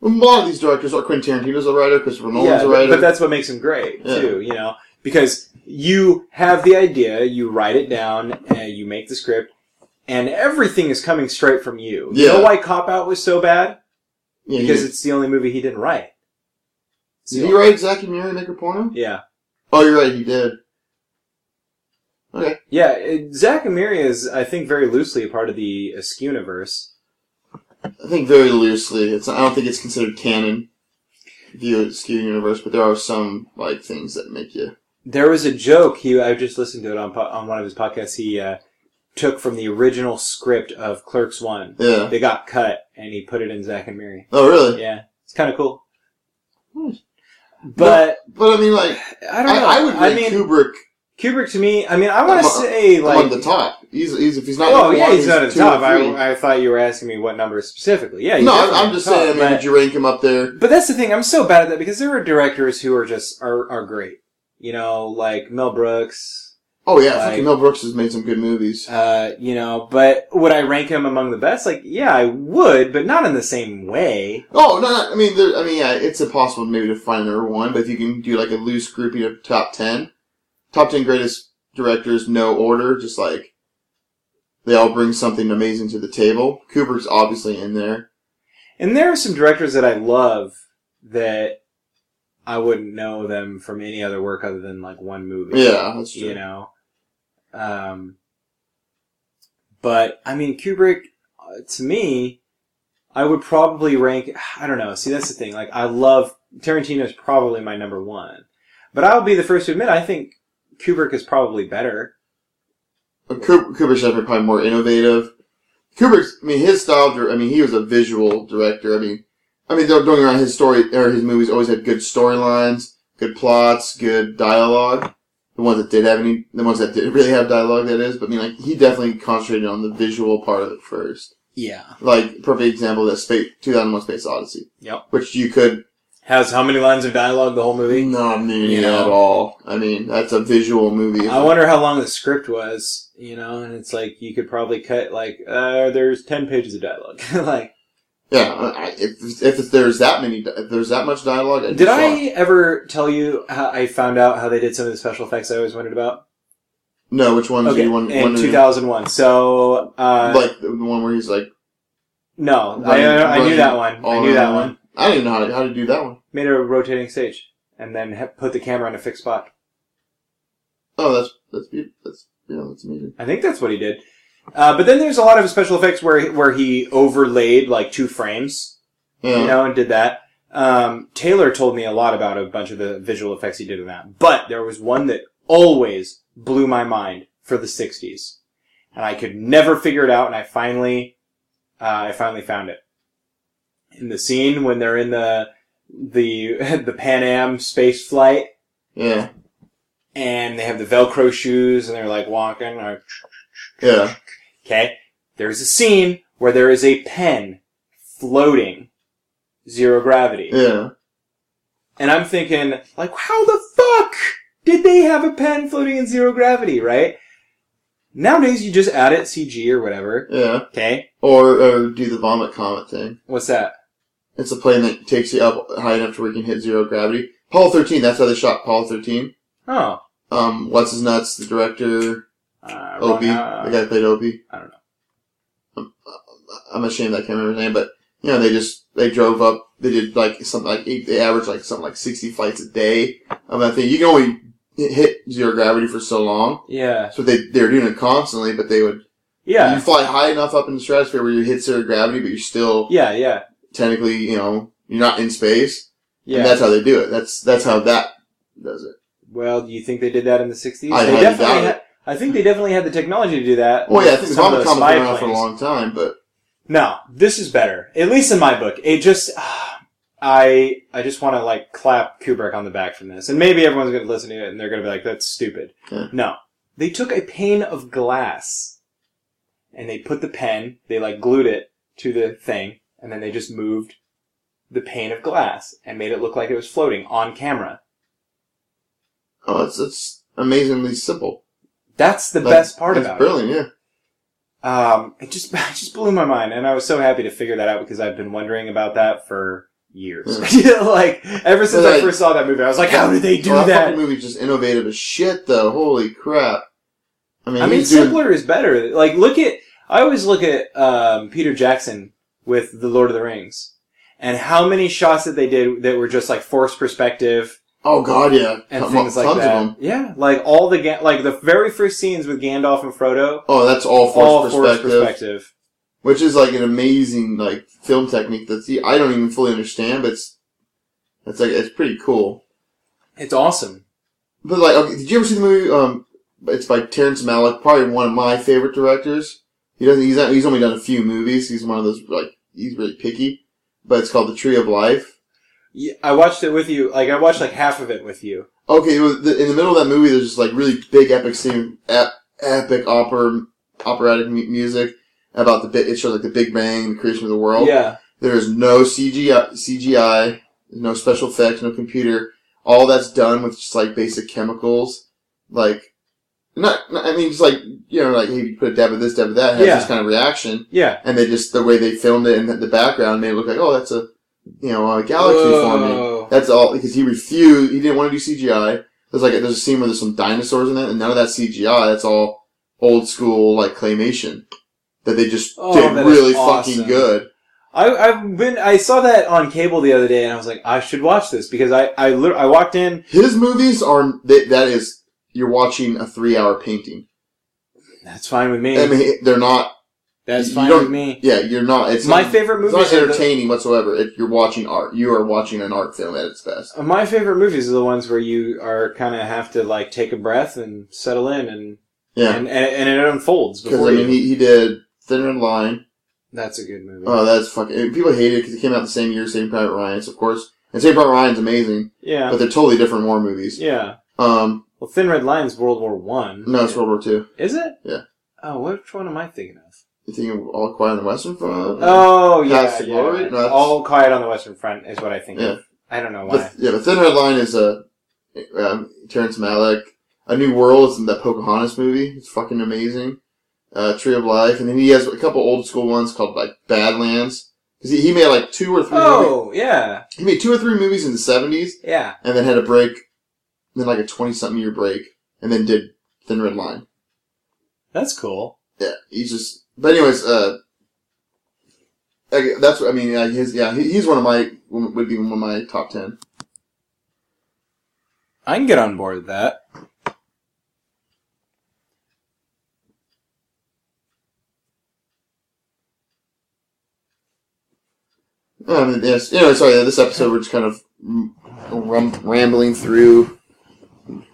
S2: a lot of these directors are Quentin Tarantino's a writer, Christopher
S1: yeah,
S2: Nolan's a
S1: but-
S2: writer.
S1: But that's what makes him great
S2: Yeah.
S1: too, you know, because you have the idea, you write it down, and you make the script, and everything is coming straight from you. You know
S2: Yeah. Mm-hmm.
S1: why Cop Out was so bad?
S2: yeah, he
S1: Because
S2: did.
S1: it's the only movie he didn't write. It's the
S2: Did he
S1: only-
S2: write Zack and Mary Make a Porno?
S1: Yeah,
S2: Oh, you're right, he did. Okay.
S1: yeah. It, Zach and Miri is, I think, very loosely a part of the Askew universe.
S2: I think very loosely. It's I don't think it's considered canon view of Skew Universe, but there are some like things that make you
S1: There was a joke he. I just listened to it on po- on one of his podcasts. He uh, took from the original script of Clerks One.
S2: Yeah.
S1: They got cut, and he put it in Zach and Miri.
S2: Oh really?
S1: Yeah, it's kind of cool.
S2: Hmm.
S1: But
S2: But I mean like
S1: I don't
S2: I,
S1: know.
S2: I would rank
S1: mean,
S2: Kubrick
S1: Kubrick to me. I mean, I want to
S2: Among-
S1: say like,
S2: among the top. He's, he's if he's not
S1: oh
S2: number
S1: yeah,
S2: one,
S1: he's not at the
S2: two or
S1: top.
S2: three.
S1: I, I thought you were asking me what number specifically. Yeah, he's
S2: No,
S1: definitely
S2: I'm,
S1: at
S2: I'm just
S1: the top,
S2: saying, I mean, would
S1: But,
S2: you rank him up there?
S1: but that's the thing. I'm so bad at that because there are directors who are just are are great. You know, like Mel Brooks.
S2: Oh yeah,
S1: Like-
S2: fucking Mel Brooks has made some good movies.
S1: Uh, you know, but would I rank him among the best? Like, yeah, I would, but not in the same way.
S2: Oh no, no I mean, there, I mean, yeah, it's impossible maybe to find number one, but if you can do like a loose grouping of top ten, top ten greatest directors, no order, just like they all bring something amazing to the table. Kubrick's obviously in there.
S1: And there are some directors that I love that I wouldn't know them from any other work other than like one movie.
S2: Yeah, that's true.
S1: You know, um, but I mean Kubrick uh, to me, I would probably rank. I don't know. See, that's the thing. Like I love Tarantino is probably my number one, but I'll be the first to admit I think Kubrick is probably better.
S2: But Kub- Kubrick's definitely probably more innovative. Kubrick's, I mean, his style. dir- I mean, he was a visual director. I mean, I mean, don't don't get me wrong. His story or his movies always had good storylines, good plots, good dialogue. The ones that did have any, the ones that didn't really have dialogue, that is. But I mean, like he definitely concentrated on the visual part of it first.
S1: Yeah.
S2: Like perfect example of that space, 2001 Space Odyssey.
S1: Yep.
S2: Which you could
S1: Has how many lines of dialogue the whole movie?
S2: Not many
S1: You know.
S2: at all. I mean, that's a visual movie.
S1: I wonder how long the script was, you know, and it's like you could probably cut like uh, there's ten pages of dialogue. like,
S2: Yeah, I- I- if, if there's that many, if there's that much dialogue, I'd be
S1: did I
S2: shocked.
S1: ever tell you how I found out how they did some of the special effects I always wondered about?
S2: No, which ones?
S1: Okay,
S2: you want,
S1: in
S2: one,
S1: two thousand one. So uh,
S2: like the one where he's like,
S1: no,
S2: Running-
S1: I, I knew
S2: running
S1: that one. I
S2: all
S1: knew that
S2: around.
S1: one.
S2: I don't even know how to, how to do that one.
S1: Made a rotating stage and then ha- put the camera in a fixed spot.
S2: Oh, that's that's beautiful. That's yeah, that's amazing.
S1: I think that's what he did. Uh, but then there's a lot of special effects where where he overlaid like two frames,
S2: Yeah,
S1: you know, and did that. Um, Taylor told me a lot about a bunch of the visual effects he did in that. But there was one that always blew my mind for the '60s, and I could never figure it out. And I finally, uh, I finally found it in the scene when they're in the the the Pan Am space flight,
S2: yeah,
S1: and they have the Velcro shoes, and they're like walking. Like,
S2: yeah.
S1: Okay. There's a scene where there is a pen floating, zero gravity.
S2: yeah.
S1: And I'm thinking, like, how the fuck did they have a pen floating in zero gravity, right? Nowadays, you just add it CG or whatever.
S2: Yeah,
S1: Okay.
S2: or, or do the vomit comet thing.
S1: What's that?
S2: It's a plane that takes you up high enough to where you can hit zero gravity. Paul thirteen. That's how they shot Paul thirteen.
S1: Oh.
S2: Um, what's his nuts? The director
S1: Uh, wrong-
S2: Opie,
S1: uh,
S2: the guy who played Opie.
S1: I don't know.
S2: I'm, I'm ashamed I can't remember his name, but you know they just they drove up. They did like something like eight, they averaged like something like sixty flights a day of that thing. You can only hit zero gravity for so long.
S1: yeah.
S2: So they they were doing it constantly, but they would
S1: Yeah.
S2: You fly high enough up in the stratosphere where you hit zero gravity, but you're still
S1: Yeah, yeah.
S2: technically, you know, you're not in space. And
S1: Yeah.
S2: that's how they do it. That's that's how that does it.
S1: Well, do you think they did that in the 60s?
S2: I
S1: they
S2: highly doubt
S1: had, I think they definitely had the technology to do that.
S2: Well, yeah, I
S1: with
S2: think the
S1: some of
S2: comic
S1: those
S2: comic
S1: spy
S2: been around for a
S1: planes.
S2: long time, but
S1: No, this is better. At least in my book, it just I I just want to like clap Kubrick on the back from this, and maybe everyone's going to listen to it and they're going to be like, "That's stupid."
S2: Yeah.
S1: No, they took a pane of glass and they put the pen, they like glued it to the thing, and then they just moved the pane of glass and made it look like it was floating on camera.
S2: oh, it's it's amazingly simple.
S1: That's the
S2: Like,
S1: best part
S2: it's
S1: about it.
S2: brilliant, yeah.
S1: Um, it just it just blew my mind, and I was so happy to figure that out because I've been wondering about that for years. Yeah, like ever since I
S2: Like-
S1: first saw that movie, I was like, "How did they do
S2: Hmm. Well,
S1: that?"
S2: fucking movie's just innovative as shit, though. Holy crap! I mean,
S1: I mean,
S2: he's doing-
S1: simpler is better. Like, look at I always look at um, Peter Jackson with the Lord of the Rings, and how many shots that they did that were just like forced perspective
S2: oh god, yeah,
S1: and
S2: Ton-
S1: things like
S2: tons
S1: that.
S2: of them.
S1: Yeah, like all the Ga- like the very first scenes with Gandalf and Frodo,
S2: Oh, that's all forced
S1: all forced
S2: perspective.
S1: perspective.
S2: which is like an amazing like film technique that's I don't even fully understand, but it's it's like it's pretty cool.
S1: It's awesome.
S2: But like, okay, did you ever see the movie? Um, it's by Terrence Malick, probably one of my favorite directors. He doesn't. He's not, he's only done a few movies. He's one of those like he's really picky. But it's called The Tree of Life.
S1: Yeah, I watched it with you. Like, I watched like half of it with you.
S2: Okay, it was the, in the middle of that movie, there's just like really big epic scene, ep- epic opera, operatic mu- music about the bit. It shows like the Big Bang, the creation of the world.
S1: Yeah.
S2: There is no CGI, CGI, no special effects, no computer. All that's done with just like basic chemicals, like not. not- I mean, just like you know, like hey, you put a dab of this, dab of that, it has
S1: Yeah.
S2: this kind of reaction,
S1: Yeah.
S2: and they just the way they filmed it and the- the background made it look like oh, that's a you know a galaxy forming.
S1: Whoa.
S2: That's all because he refused. He didn't want to do CGI. There's like there's a scene where there's some dinosaurs in it, and none of that CGI. That's all old school like claymation that they just
S1: Oh,
S2: did
S1: that is
S2: really
S1: awesome.
S2: fucking good.
S1: I, I've been. I saw that on cable the other day, and I was like, I should watch this because I I, lit- I walked in.
S2: His movies are they, that is you're watching a three hour painting.
S1: That's fine with me.
S2: I mean, they're not.
S1: That's
S2: you
S1: fine
S2: don't-
S1: with me.
S2: Yeah, you're not. It's
S1: My
S2: not,
S1: favorite
S2: It's
S1: movies.
S2: not
S1: Are the,
S2: entertaining whatsoever. If you're watching art, you are watching an art film at its best.
S1: my favorite movies are the ones where you are kind of have to like take a breath and settle in, and
S2: Yeah,
S1: and, and, and it unfolds
S2: because
S1: before
S2: I mean,
S1: you.
S2: he, he did Thinner in Line.
S1: That's a good movie.
S2: Oh, that's fucking. People hate it because it came out the same year, Saving Private Ryan's, of course. And Saving Private Ryan's amazing,
S1: yeah.
S2: but they're totally different war movies.
S1: yeah.
S2: Um,
S1: Well, Thin Red Line's World War One.
S2: no, it's World War Two.
S1: Is it?
S2: Yeah.
S1: Oh, which one am I thinking of?
S2: You thinking of All Quiet on the Western Front?
S1: Oh yeah,
S2: Paths to
S1: yeah.
S2: Glory? No, that's-
S1: All Quiet on the Western Front is what I think of. I don't know why.
S2: The, yeah, the Thin Red Line is a uh, um, Terrence Malick. A New World is in that Pocahontas movie. It's fucking amazing. Uh, Tree of Life, and then he has a couple old school ones called like Badlands. Cause he, he made like two or three. movies.
S1: Oh yeah,
S2: He made two or three movies in the seventies,
S1: yeah.
S2: and then had a break, then like a twenty something year break, and then did Thin Red Line.
S1: That's cool.
S2: Yeah, he's just. But anyways, uh, I- that's what I mean. Yeah, his yeah, he, he's one of my would be one of my top ten.
S1: I can get on board with that.
S2: Um, yes. Anyway, sorry. This episode we're just kind of rum- rambling through,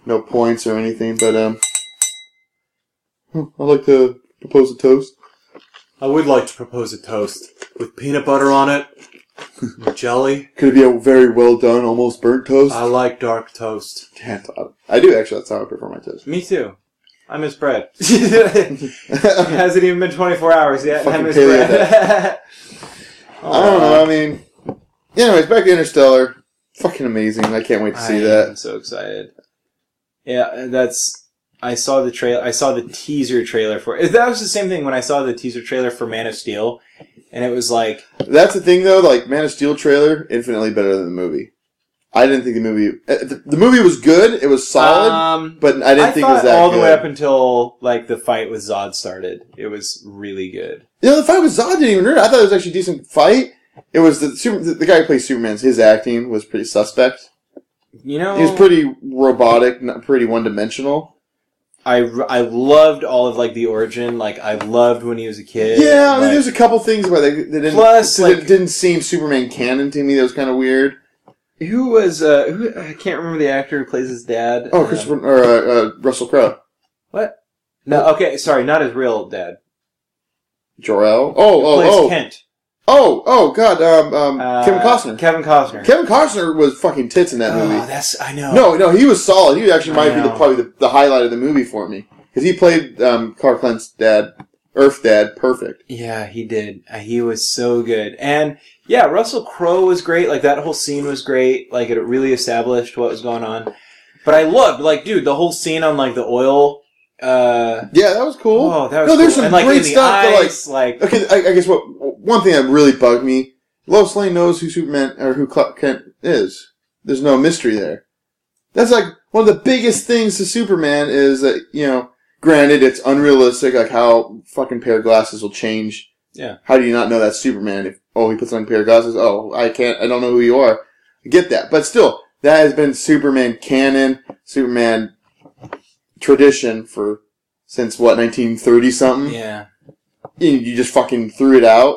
S2: no points or anything. But um, I'd like to propose a toast.
S1: I would like to propose a toast with peanut butter on it, and jelly.
S2: Could it be a very well done, almost burnt toast?
S1: I like dark toast.
S2: Yeah, that's odd. I do actually. That's how I prefer my toast.
S1: Me too. I miss bread. it hasn't even been 24 hours yet. and I
S2: Fucking
S1: miss
S2: paleo
S1: bread.
S2: I don't know. I mean, anyways, back to Interstellar. Fucking amazing. I can't wait to see
S1: I
S2: that.
S1: am so excited. Yeah, that's. I saw the trail. I saw the teaser trailer for. That was the same thing when I saw the teaser trailer for Man of Steel, and it was like,
S2: That's the thing, though. Like Man of Steel trailer, infinitely better than the movie. I didn't think the movie. uh, The, the movie was good. It was solid,
S1: um,
S2: but I didn't
S1: I
S2: think it
S1: thought
S2: was that
S1: all
S2: good.
S1: the way up until like the fight with Zod started. It was really good.
S2: You know, the fight with Zod didn't even hurt. I thought it was actually a decent fight. It was the super, the, the guy who plays Superman's. His acting was pretty suspect.
S1: You know,
S2: He was pretty robotic, not pretty one dimensional.
S1: I, I loved all of like the origin. Like I loved when he was a kid.
S2: Yeah, I mean,
S1: Like,
S2: there's a couple things where they, they didn't.
S1: Plus,
S2: that
S1: like-
S2: didn't seem Superman canon to me. That was kind of weird.
S1: who was uh, who? I can't remember the actor who plays his dad.
S2: Oh,
S1: Um,
S2: Christopher or uh, uh, Russell Crowe,
S1: No, okay, sorry, not his real dad.
S2: Jor El. Oh, oh,
S1: plays
S2: oh,
S1: Kent.
S2: oh, oh, God, um, um,
S1: Uh,
S2: Kevin Costner.
S1: Kevin Costner.
S2: Kevin Costner was fucking tits in that
S1: Oh,
S2: movie.
S1: that's I know.
S2: No, no, he was solid. He actually might
S1: I
S2: be the,
S1: know.
S2: probably the, the highlight of the movie for me because he played um, Clark Kent's dad, Earth Dad, perfect.
S1: Yeah, he did. Uh, He was so good. And yeah, Russell Crowe was great. Like that whole scene was great. Like it really established what was going on. But I loved like dude, the whole scene on like the oil uh
S2: Yeah, that was cool.
S1: Oh, that was
S2: no, there's
S1: cool.
S2: some
S1: and, like,
S2: great
S1: in the
S2: stuff. that, like,
S1: Eyes, like,
S2: Okay, I, I guess what one thing that really bugged me: Lois Lane knows who Superman or who Clark Kent is. There's no mystery there. That's like one of the biggest things to Superman is that you know. Granted, it's unrealistic, like how fucking pair of glasses will change.
S1: Yeah.
S2: How do you not know that's Superman? If oh, he puts on a pair of glasses. Oh, I can't. I don't know who you are. I get that, but still, that has been Superman canon, Superman tradition for since what 1930 something
S1: yeah.
S2: you, you just fucking threw it out.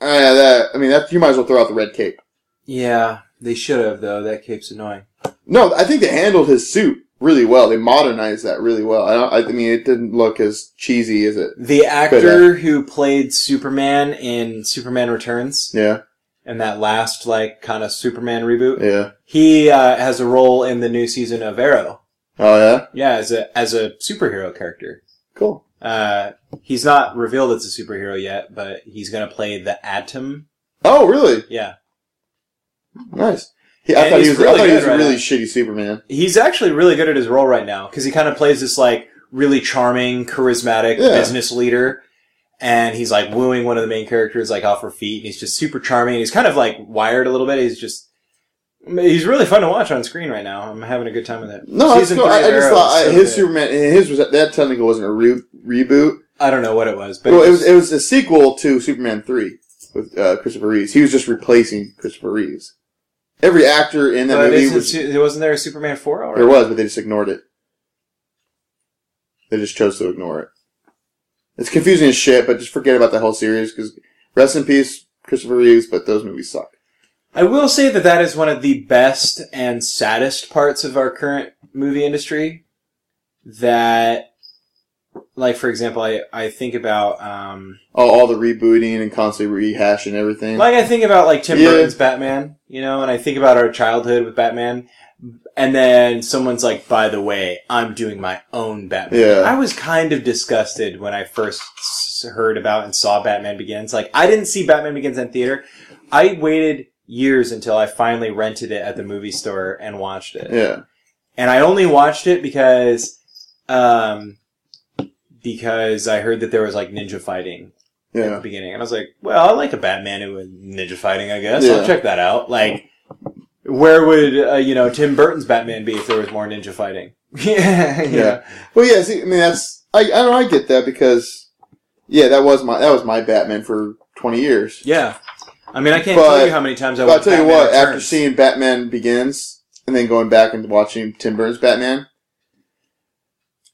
S2: Uh, that, I mean, that, you might as well throw out the red cape.
S1: Yeah. They should have though. That cape's annoying.
S2: No, I think they handled his suit really well. They modernized that really well. I, don't, I, I mean, it didn't look as cheesy as it.
S1: The actor who played Superman in Superman Returns
S2: Yeah,
S1: and that last like kind of Superman reboot,
S2: yeah.
S1: he uh, has a role in the new season of Arrow.
S2: Oh yeah,
S1: Yeah, as a as a superhero character.
S2: cool.
S1: Uh, he's not revealed as a superhero yet, but he's gonna play the Atom.
S2: Oh really?
S1: Yeah,
S2: Nice. He, I
S1: And
S2: thought he
S1: he's
S2: was. I
S1: really
S2: thought he
S1: good
S2: was a
S1: right
S2: really
S1: now.
S2: shitty Superman.
S1: he's actually really good at his role right now because he kind of plays this like really charming, charismatic
S2: Yeah.
S1: business leader, and he's like wooing one of the main characters like off her feet, and he's just super charming. He's kind of like wired a little bit. He's just he's really fun to watch on screen right now. I'm having a good time with it.
S2: No, that's
S1: Season
S2: cool. I,
S1: three
S2: I
S1: of
S2: just
S1: Arrow
S2: thought
S1: is so
S2: I, his
S1: good.
S2: Superman. His was that technically wasn't a re- reboot.
S1: I don't know what it was, but
S2: Well, it was. It was a sequel to Superman three with uh, Christopher Reeves. He was just replacing Christopher Reeves. Every actor in that
S1: but
S2: movie
S1: isn't
S2: was
S1: Su- wasn't there a Superman four already?
S2: There was, but they just ignored it. They just chose to ignore it. It's confusing as shit, but just forget about that whole series because rest in peace, Christopher Reeves. But those movies suck.
S1: I will say that that is one of the best and saddest parts of our current movie industry. That, like, for example, I, I think about, um,
S2: All, all the rebooting and constant rehash and everything.
S1: like, I think about, like, Tim
S2: Yeah.
S1: Burton's Batman, you know, and I think about our childhood with Batman. And then someone's like, by the way, I'm doing my own Batman.
S2: Yeah.
S1: I was kind of disgusted when I first s- heard about and saw Batman Begins. Like, I didn't see Batman Begins in theater. I waited years until I finally rented it at the movie store and watched it.
S2: Yeah.
S1: And I only watched it because, um, because I heard that there was like ninja fighting at the
S2: Yeah.
S1: beginning, and I was like, well, I like a Batman who was ninja fighting. I guess I'll
S2: Yeah.
S1: check that out. Like, where would uh, you know Tim Burton's Batman be if there was more ninja fighting? yeah,
S2: Yeah. Well, yeah. See, I mean, that's I. I don't. know, I get that because yeah, that was my that was my Batman for twenty years.
S1: Yeah. I mean, I can't
S2: But-
S1: tell you how many times I.
S2: But I'll
S1: watched
S2: tell you
S1: Batman
S2: what, after
S1: Returns.
S2: seeing Batman Begins and then going back and watching Tim Burns Batman,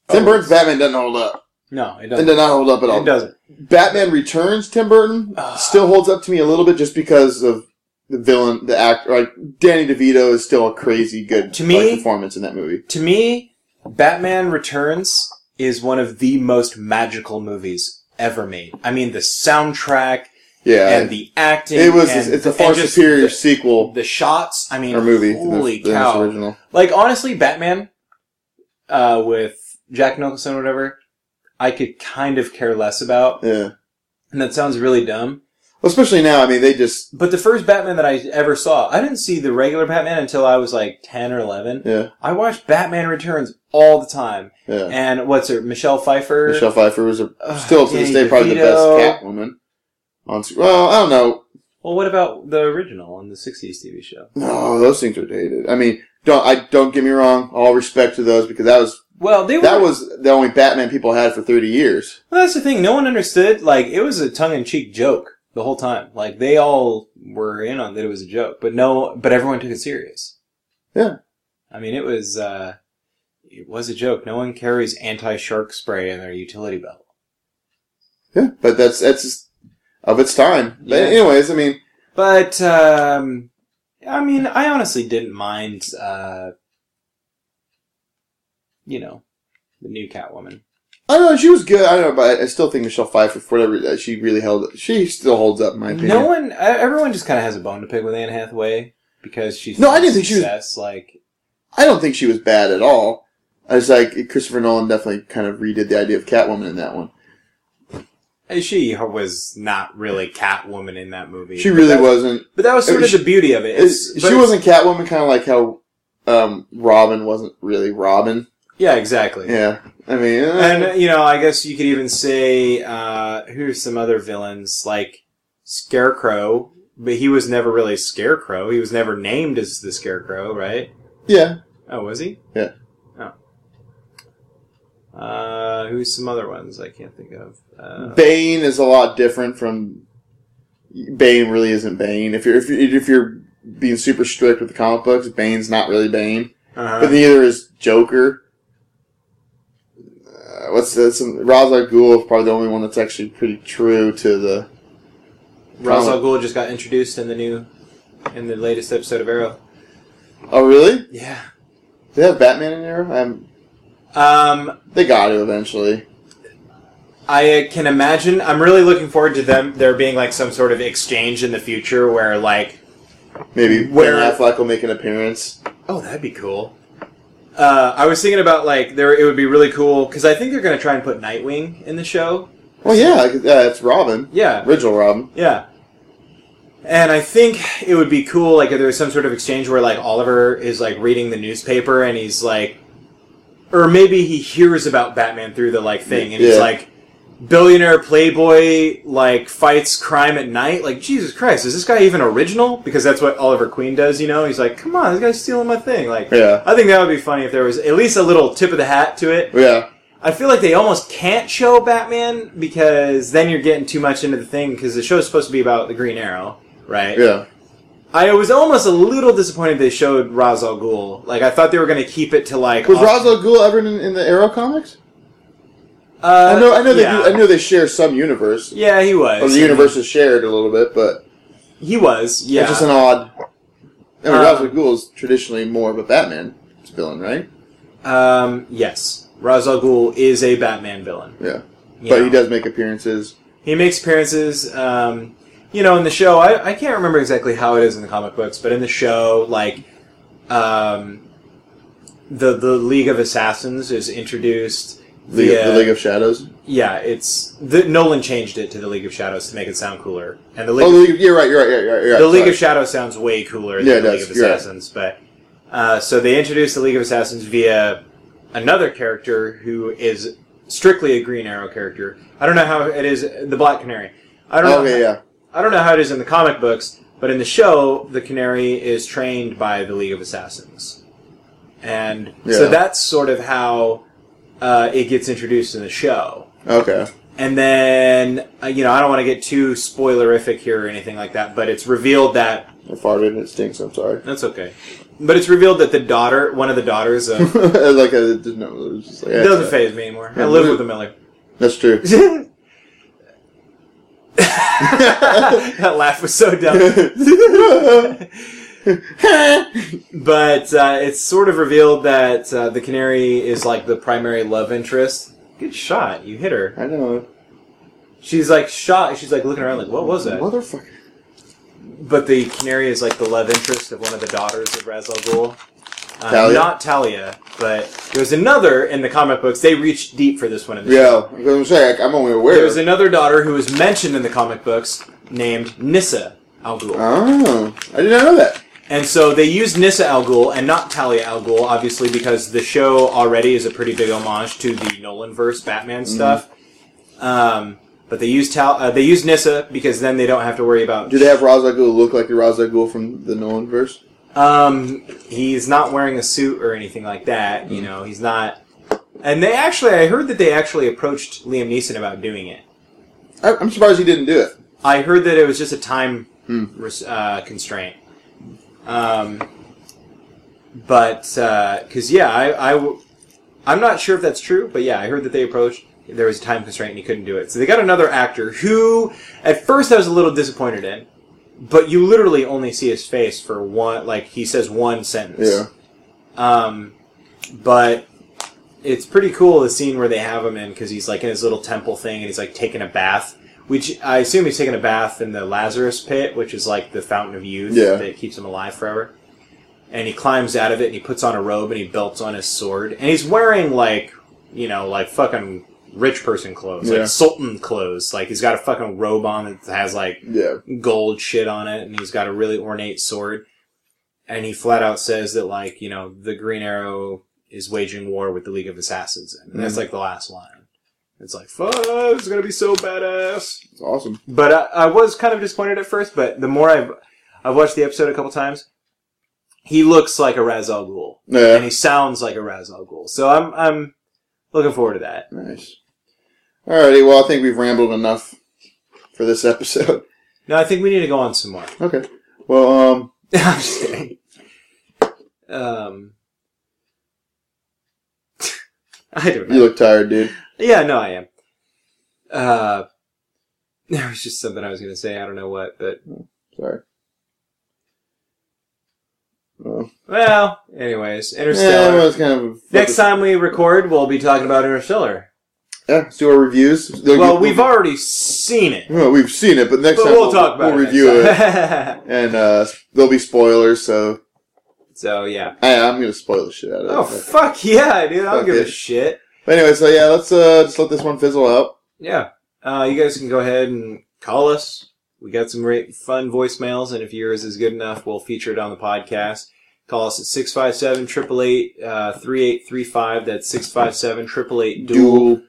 S2: Tim
S1: Oh.
S2: Burns Batman doesn't hold up.
S1: no, it
S2: It
S1: doesn't.
S2: does not hold up
S1: It
S2: at all.
S1: doesn't.
S2: Batman Returns, Tim Burton
S1: uh, Ah.
S2: still holds up to me a little bit just because of the villain, the actor. Like Danny DeVito is still a crazy good
S1: To me-
S2: like, performance in that movie.
S1: To me, Batman Returns is one of the most magical movies ever made. I mean, the soundtrack
S2: Yeah,
S1: and the acting.
S2: it was.
S1: and-
S2: it's a far
S1: and just
S2: superior
S1: the,
S2: sequel
S1: the shots. I mean,
S2: or movie than this-
S1: Holy
S2: than this
S1: cow!
S2: original.
S1: Like honestly, Batman uh, with Jack Nicholson, or whatever. I could kind of care less about,
S2: Yeah.
S1: and that sounds really dumb.
S2: Well, especially now, I mean, they just
S1: But the first Batman that I ever saw, I didn't see the regular Batman until I was like 10 or 11.
S2: yeah
S1: I watched Batman Returns all the time.
S2: yeah.
S1: And what's her? Michelle Pfeiffer?
S2: Michelle Pfeiffer was a,
S1: Ugh,
S2: still to this
S1: Ah, Danny
S2: day probably the best
S1: DeVito.
S2: Catwoman. On sc- well, I don't know.
S1: Well, what about the original on the 60s TV show?
S2: No, those things are dated. I mean, don't I don't get me wrong. All respect to those because that was
S1: Well, they were.
S2: that was the only Batman people had for thirty years.
S1: well, that's the thing. No one understood. Like, it was a tongue in cheek joke the whole time. Like, they all were in on that it was a joke. But no, but everyone took it serious.
S2: Yeah.
S1: I mean, it was, uh, it was a joke. No one carries anti shark spray in their utility belt.
S2: Yeah, but that's that's just of its time. But
S1: Yeah.
S2: anyways, I mean,
S1: But um, I mean, I honestly didn't mind, uh, you know, the new Catwoman.
S2: I don't know she was good. I don't know, but I, I still think Michelle Pfeiffer for whatever that she really held. She still holds up in my opinion.
S1: No one, e- everyone just kind of has a bone to pick with Anne Hathaway because she's
S2: No, I didn't think she was-
S1: success, like
S2: I don't think she was bad at all. I was like Christopher Nolan definitely kind of redid the idea of Catwoman in that one.
S1: she was not really Catwoman in that movie.
S2: She
S1: But
S2: really
S1: that-
S2: wasn't.
S1: but that was
S2: I mean,
S1: sort of
S2: she-
S1: the beauty of it. It's-
S2: It's,
S1: but
S2: she
S1: it's-
S2: wasn't Catwoman, kind of like how um, Robin wasn't really Robin.
S1: Yeah, exactly.
S2: Yeah, I mean, eh,
S1: And you know, I guess you could even say uh, who's some other villains like Scarecrow, but he was never really Scarecrow. He was never named as the Scarecrow, right?
S2: yeah,
S1: Oh, was he?
S2: Yeah.
S1: Oh. Uh, who's some other ones I can't think of? Uh,
S2: Bane is a lot different from Bane. Really, isn't Bane. If you're if you're, if you're being super strict with the comic books, Bane's not really Bane,
S1: uh-huh.
S2: but neither is Joker. Uh, what's that? Some Ra's al Ghul is probably the only one that's actually pretty true to the.
S1: Ra's al Ghul just got introduced in the new, in the latest episode of Arrow.
S2: Oh, really? Did
S1: Yeah.
S2: they have Batman in there? I'm,
S1: Um,
S2: they got to eventually.
S1: I uh, can imagine. I'm really looking forward to them there being like some sort of exchange in the future where like,
S2: Maybe
S1: Where-
S2: Ben Affleck will make an appearance.
S1: oh, that'd be cool. Uh, I was thinking about like there. It would be really cool because I think they're gonna try and put Nightwing in the show.
S2: Well, yeah, yeah, that's Robin,
S1: Yeah,
S2: original Robin.
S1: yeah. And I think it would be cool like if there was some sort of exchange where like Oliver is like reading the newspaper and he's like, or maybe he hears about Batman through the like thing and he's
S2: Yeah.
S1: like. Billionaire playboy like fights crime at night. Like Jesus Christ, is this guy even original? Because that's what Oliver Queen does. You know, he's like, come on, this guy's stealing my thing. Like,
S2: Yeah,
S1: I think that would be funny if there was at least a little tip of the hat to it.
S2: yeah,
S1: I feel like they almost can't show Batman because then you're getting too much into the thing because the show's supposed to be about the Green Arrow, right?
S2: yeah.
S1: I was almost a little disappointed they showed Ra's al Ghul. Like I thought they were going to keep it to like
S2: Was Ra's al Ghul ever in, in the Arrow comics?
S1: Uh,
S2: I know, I know they
S1: yeah.
S2: do. I know they share some universe.
S1: Yeah, he was.
S2: Or the universe is shared a little bit, but
S1: He was. Yeah.
S2: it's just an odd. I mean,
S1: Um,
S2: Ra's al Ghul is traditionally more of a Batman villain, right?
S1: um. Yes. Ra's al Ghul is a Batman villain.
S2: Yeah,
S1: you
S2: but
S1: know.
S2: he does make appearances.
S1: He makes appearances. Um, you know, in the show, I, I can't remember exactly how it is in the comic books, but in the show, like, um, the the League of Assassins is introduced,
S2: League,
S1: Yeah.
S2: the League of Shadows.
S1: Yeah, it's the, Nolan changed it to the League of Shadows to make it sound cooler, and the League,
S2: oh, the League, you're right. You're right. You're right. You're right
S1: the League
S2: sorry.
S1: of Shadows sounds way cooler than
S2: Yeah, it
S1: the League
S2: does,
S1: of
S2: you're right.
S1: Assassins. But uh, so they introduced the League of Assassins via another character who is strictly a Green Arrow character. I don't know how it is the Black Canary. I don't know.
S2: Okay, yeah.
S1: I don't know how it is in the comic books, but in the show, the Canary is trained by the League of Assassins, and
S2: Yeah.
S1: so that's sort of how uh, it gets introduced in the show.
S2: Okay.
S1: And then, uh, you know, I don't want to get too spoilerific here or anything like that, but it's revealed that
S2: I farted and it stinks. I'm sorry.
S1: that's okay. But it's revealed that the daughter, one of the daughters of, it
S2: like I didn't know. It was just like, yeah,
S1: doesn't phase me anymore. I
S2: Yeah,
S1: live
S2: but-
S1: with a Miller.
S2: That's true.
S1: that laugh was so dumb. But uh, it's sort of revealed that uh, the canary is like the primary love interest. Good shot, you hit her.
S2: I know.
S1: She's like shot. She's like looking around, like what was that?
S2: Motherfucker.
S1: But the canary is like the love interest of one of the daughters of Ra's al Ghul. Uh,
S2: Talia?
S1: Not Talia, but there was another in the comic books. They reached deep for this one. In the show.
S2: Yeah, that's what I'm saying. I'm only aware.
S1: There was another daughter who was mentioned in the comic books named Nissa al Ghul.
S2: oh, I did not know that.
S1: And so they used Nissa Al Ghul and not Talia Al Ghul, obviously, because the show already is a pretty big homage to the Nolan verse Batman
S2: Mm-hmm.
S1: stuff. Um, but they used Tal- uh, they used Nissa because then they don't have to worry about.
S2: Do they have Ra's al Ghul look like the Ra's al Ghul from the Nolan verse?
S1: Um, he's not wearing a suit or anything like that. You know, he's not. And they actually, I heard that they actually approached Liam Neeson about doing it.
S2: I, I'm surprised he didn't do it.
S1: I heard that it was just a time res- uh, constraint. Um, but because yeah, I, I w- I'm not sure if that's true, but yeah, I heard that they approached. There was a time constraint and he couldn't do it, so they got another actor who, at first, I was a little disappointed in. But you literally only see his face for one, like he says one sentence.
S2: Yeah.
S1: Um, but it's pretty cool the scene where they have him in because he's like in his little temple thing and he's like taking a bath, which I assume he's taking a bath in the Lazarus pit, which is like the fountain of youth
S2: Yeah.
S1: that keeps him alive forever. And he climbs out of it and he puts on a robe and he belts on his sword and he's wearing like you know like fucking rich person clothes,
S2: Yeah.
S1: like sultan clothes. Like he's got a fucking robe on that has like
S2: Yeah.
S1: gold shit on it, and he's got a really ornate sword. And he flat out says that, like, you know, the Green Arrow is waging war with the League of Assassins. And that's like the last line. It's like, fuck, it's gonna be so badass.
S2: It's awesome.
S1: But I, I was kind of disappointed at first, but the more I've, I've watched the episode a couple times, he looks like a Ra's al Ghul. And
S2: Yeah.
S1: he sounds like a Ra's al Ghul. So I'm, I'm looking forward to that.
S2: Nice. Alrighty, well, I think we've rambled enough for this episode.
S1: No, I think we need to go on some more.
S2: Okay. Well, um,
S1: I'm just kidding. Um, I don't
S2: you
S1: know.
S2: look tired, dude.
S1: Yeah, no, I am. Uh, there was just something I was going to say. I don't know what, but
S2: Sorry. Well,
S1: well, anyways,
S2: yeah,
S1: Interstellar.
S2: well, it's kind of a-
S1: Next time we record, we'll be talking about Interstellar.
S2: Yeah, let's do our reviews. They'll
S1: Well,
S2: get-
S1: we've already seen it,
S2: Well, we've seen it, but next
S1: but
S2: time
S1: we'll talk about
S2: we'll
S1: it.
S2: review it,
S1: it.
S2: and uh, there'll be spoilers. So
S1: so yeah.
S2: I, I'm gonna spoil the shit out of
S1: Oh
S2: it.
S1: fuck yeah, dude! I don't
S2: Fuck
S1: give a
S2: it.
S1: shit.
S2: But anyway, so yeah, let's uh, just let this one fizzle out.
S1: Yeah. Uh, you guys can go ahead and call us. We got some great fun voicemails, and if yours is good enough, we'll feature it on the podcast. Call us at 657 888 3835. That's 657 888 Duel.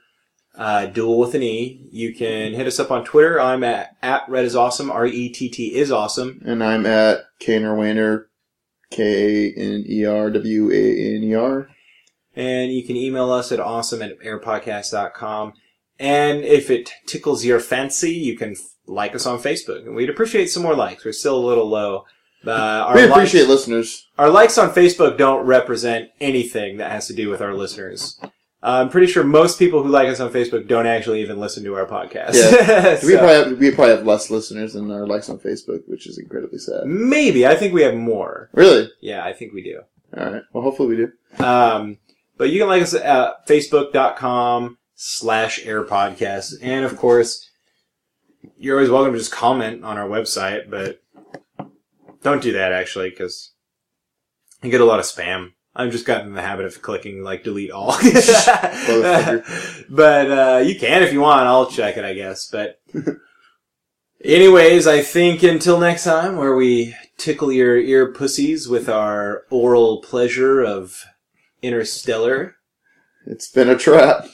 S1: Uh, duel with an E. You can hit us up on Twitter. I'm at, at Red is Awesome. R E T T is Awesome.
S2: and I'm at Kaner Wainer, K A N E R W A N E R.
S1: And you can email us at awesome at airpodcast.com. And if it tickles your fancy, you can f- like us on Facebook. And we'd appreciate some more likes. We're still a little low. Uh, our,
S2: We appreciate
S1: likes,
S2: listeners.
S1: our likes on Facebook don't represent anything that has to do with our listeners. Uh, I'm pretty sure most people who like us on Facebook don't actually even listen to our podcast.
S2: Do We
S1: So,
S2: probably have, we probably have less listeners than our likes on Facebook, which is incredibly sad.
S1: maybe. I think we have more.
S2: Really?
S1: Yeah, I think we do.
S2: All right. Well, hopefully we do.
S1: Um, but you can like us at facebook.com slash air podcast. And of course, you're always welcome to just comment on our website, but don't do that actually because you get a lot of spam. I've just gotten in the habit of clicking like delete all.
S2: Motherfucker.
S1: but uh, you can if you want. I'll check it, I guess. But anyways, I think until next time, where we tickle your ear pussies with our oral pleasure of interstellar.
S2: It's been a trap.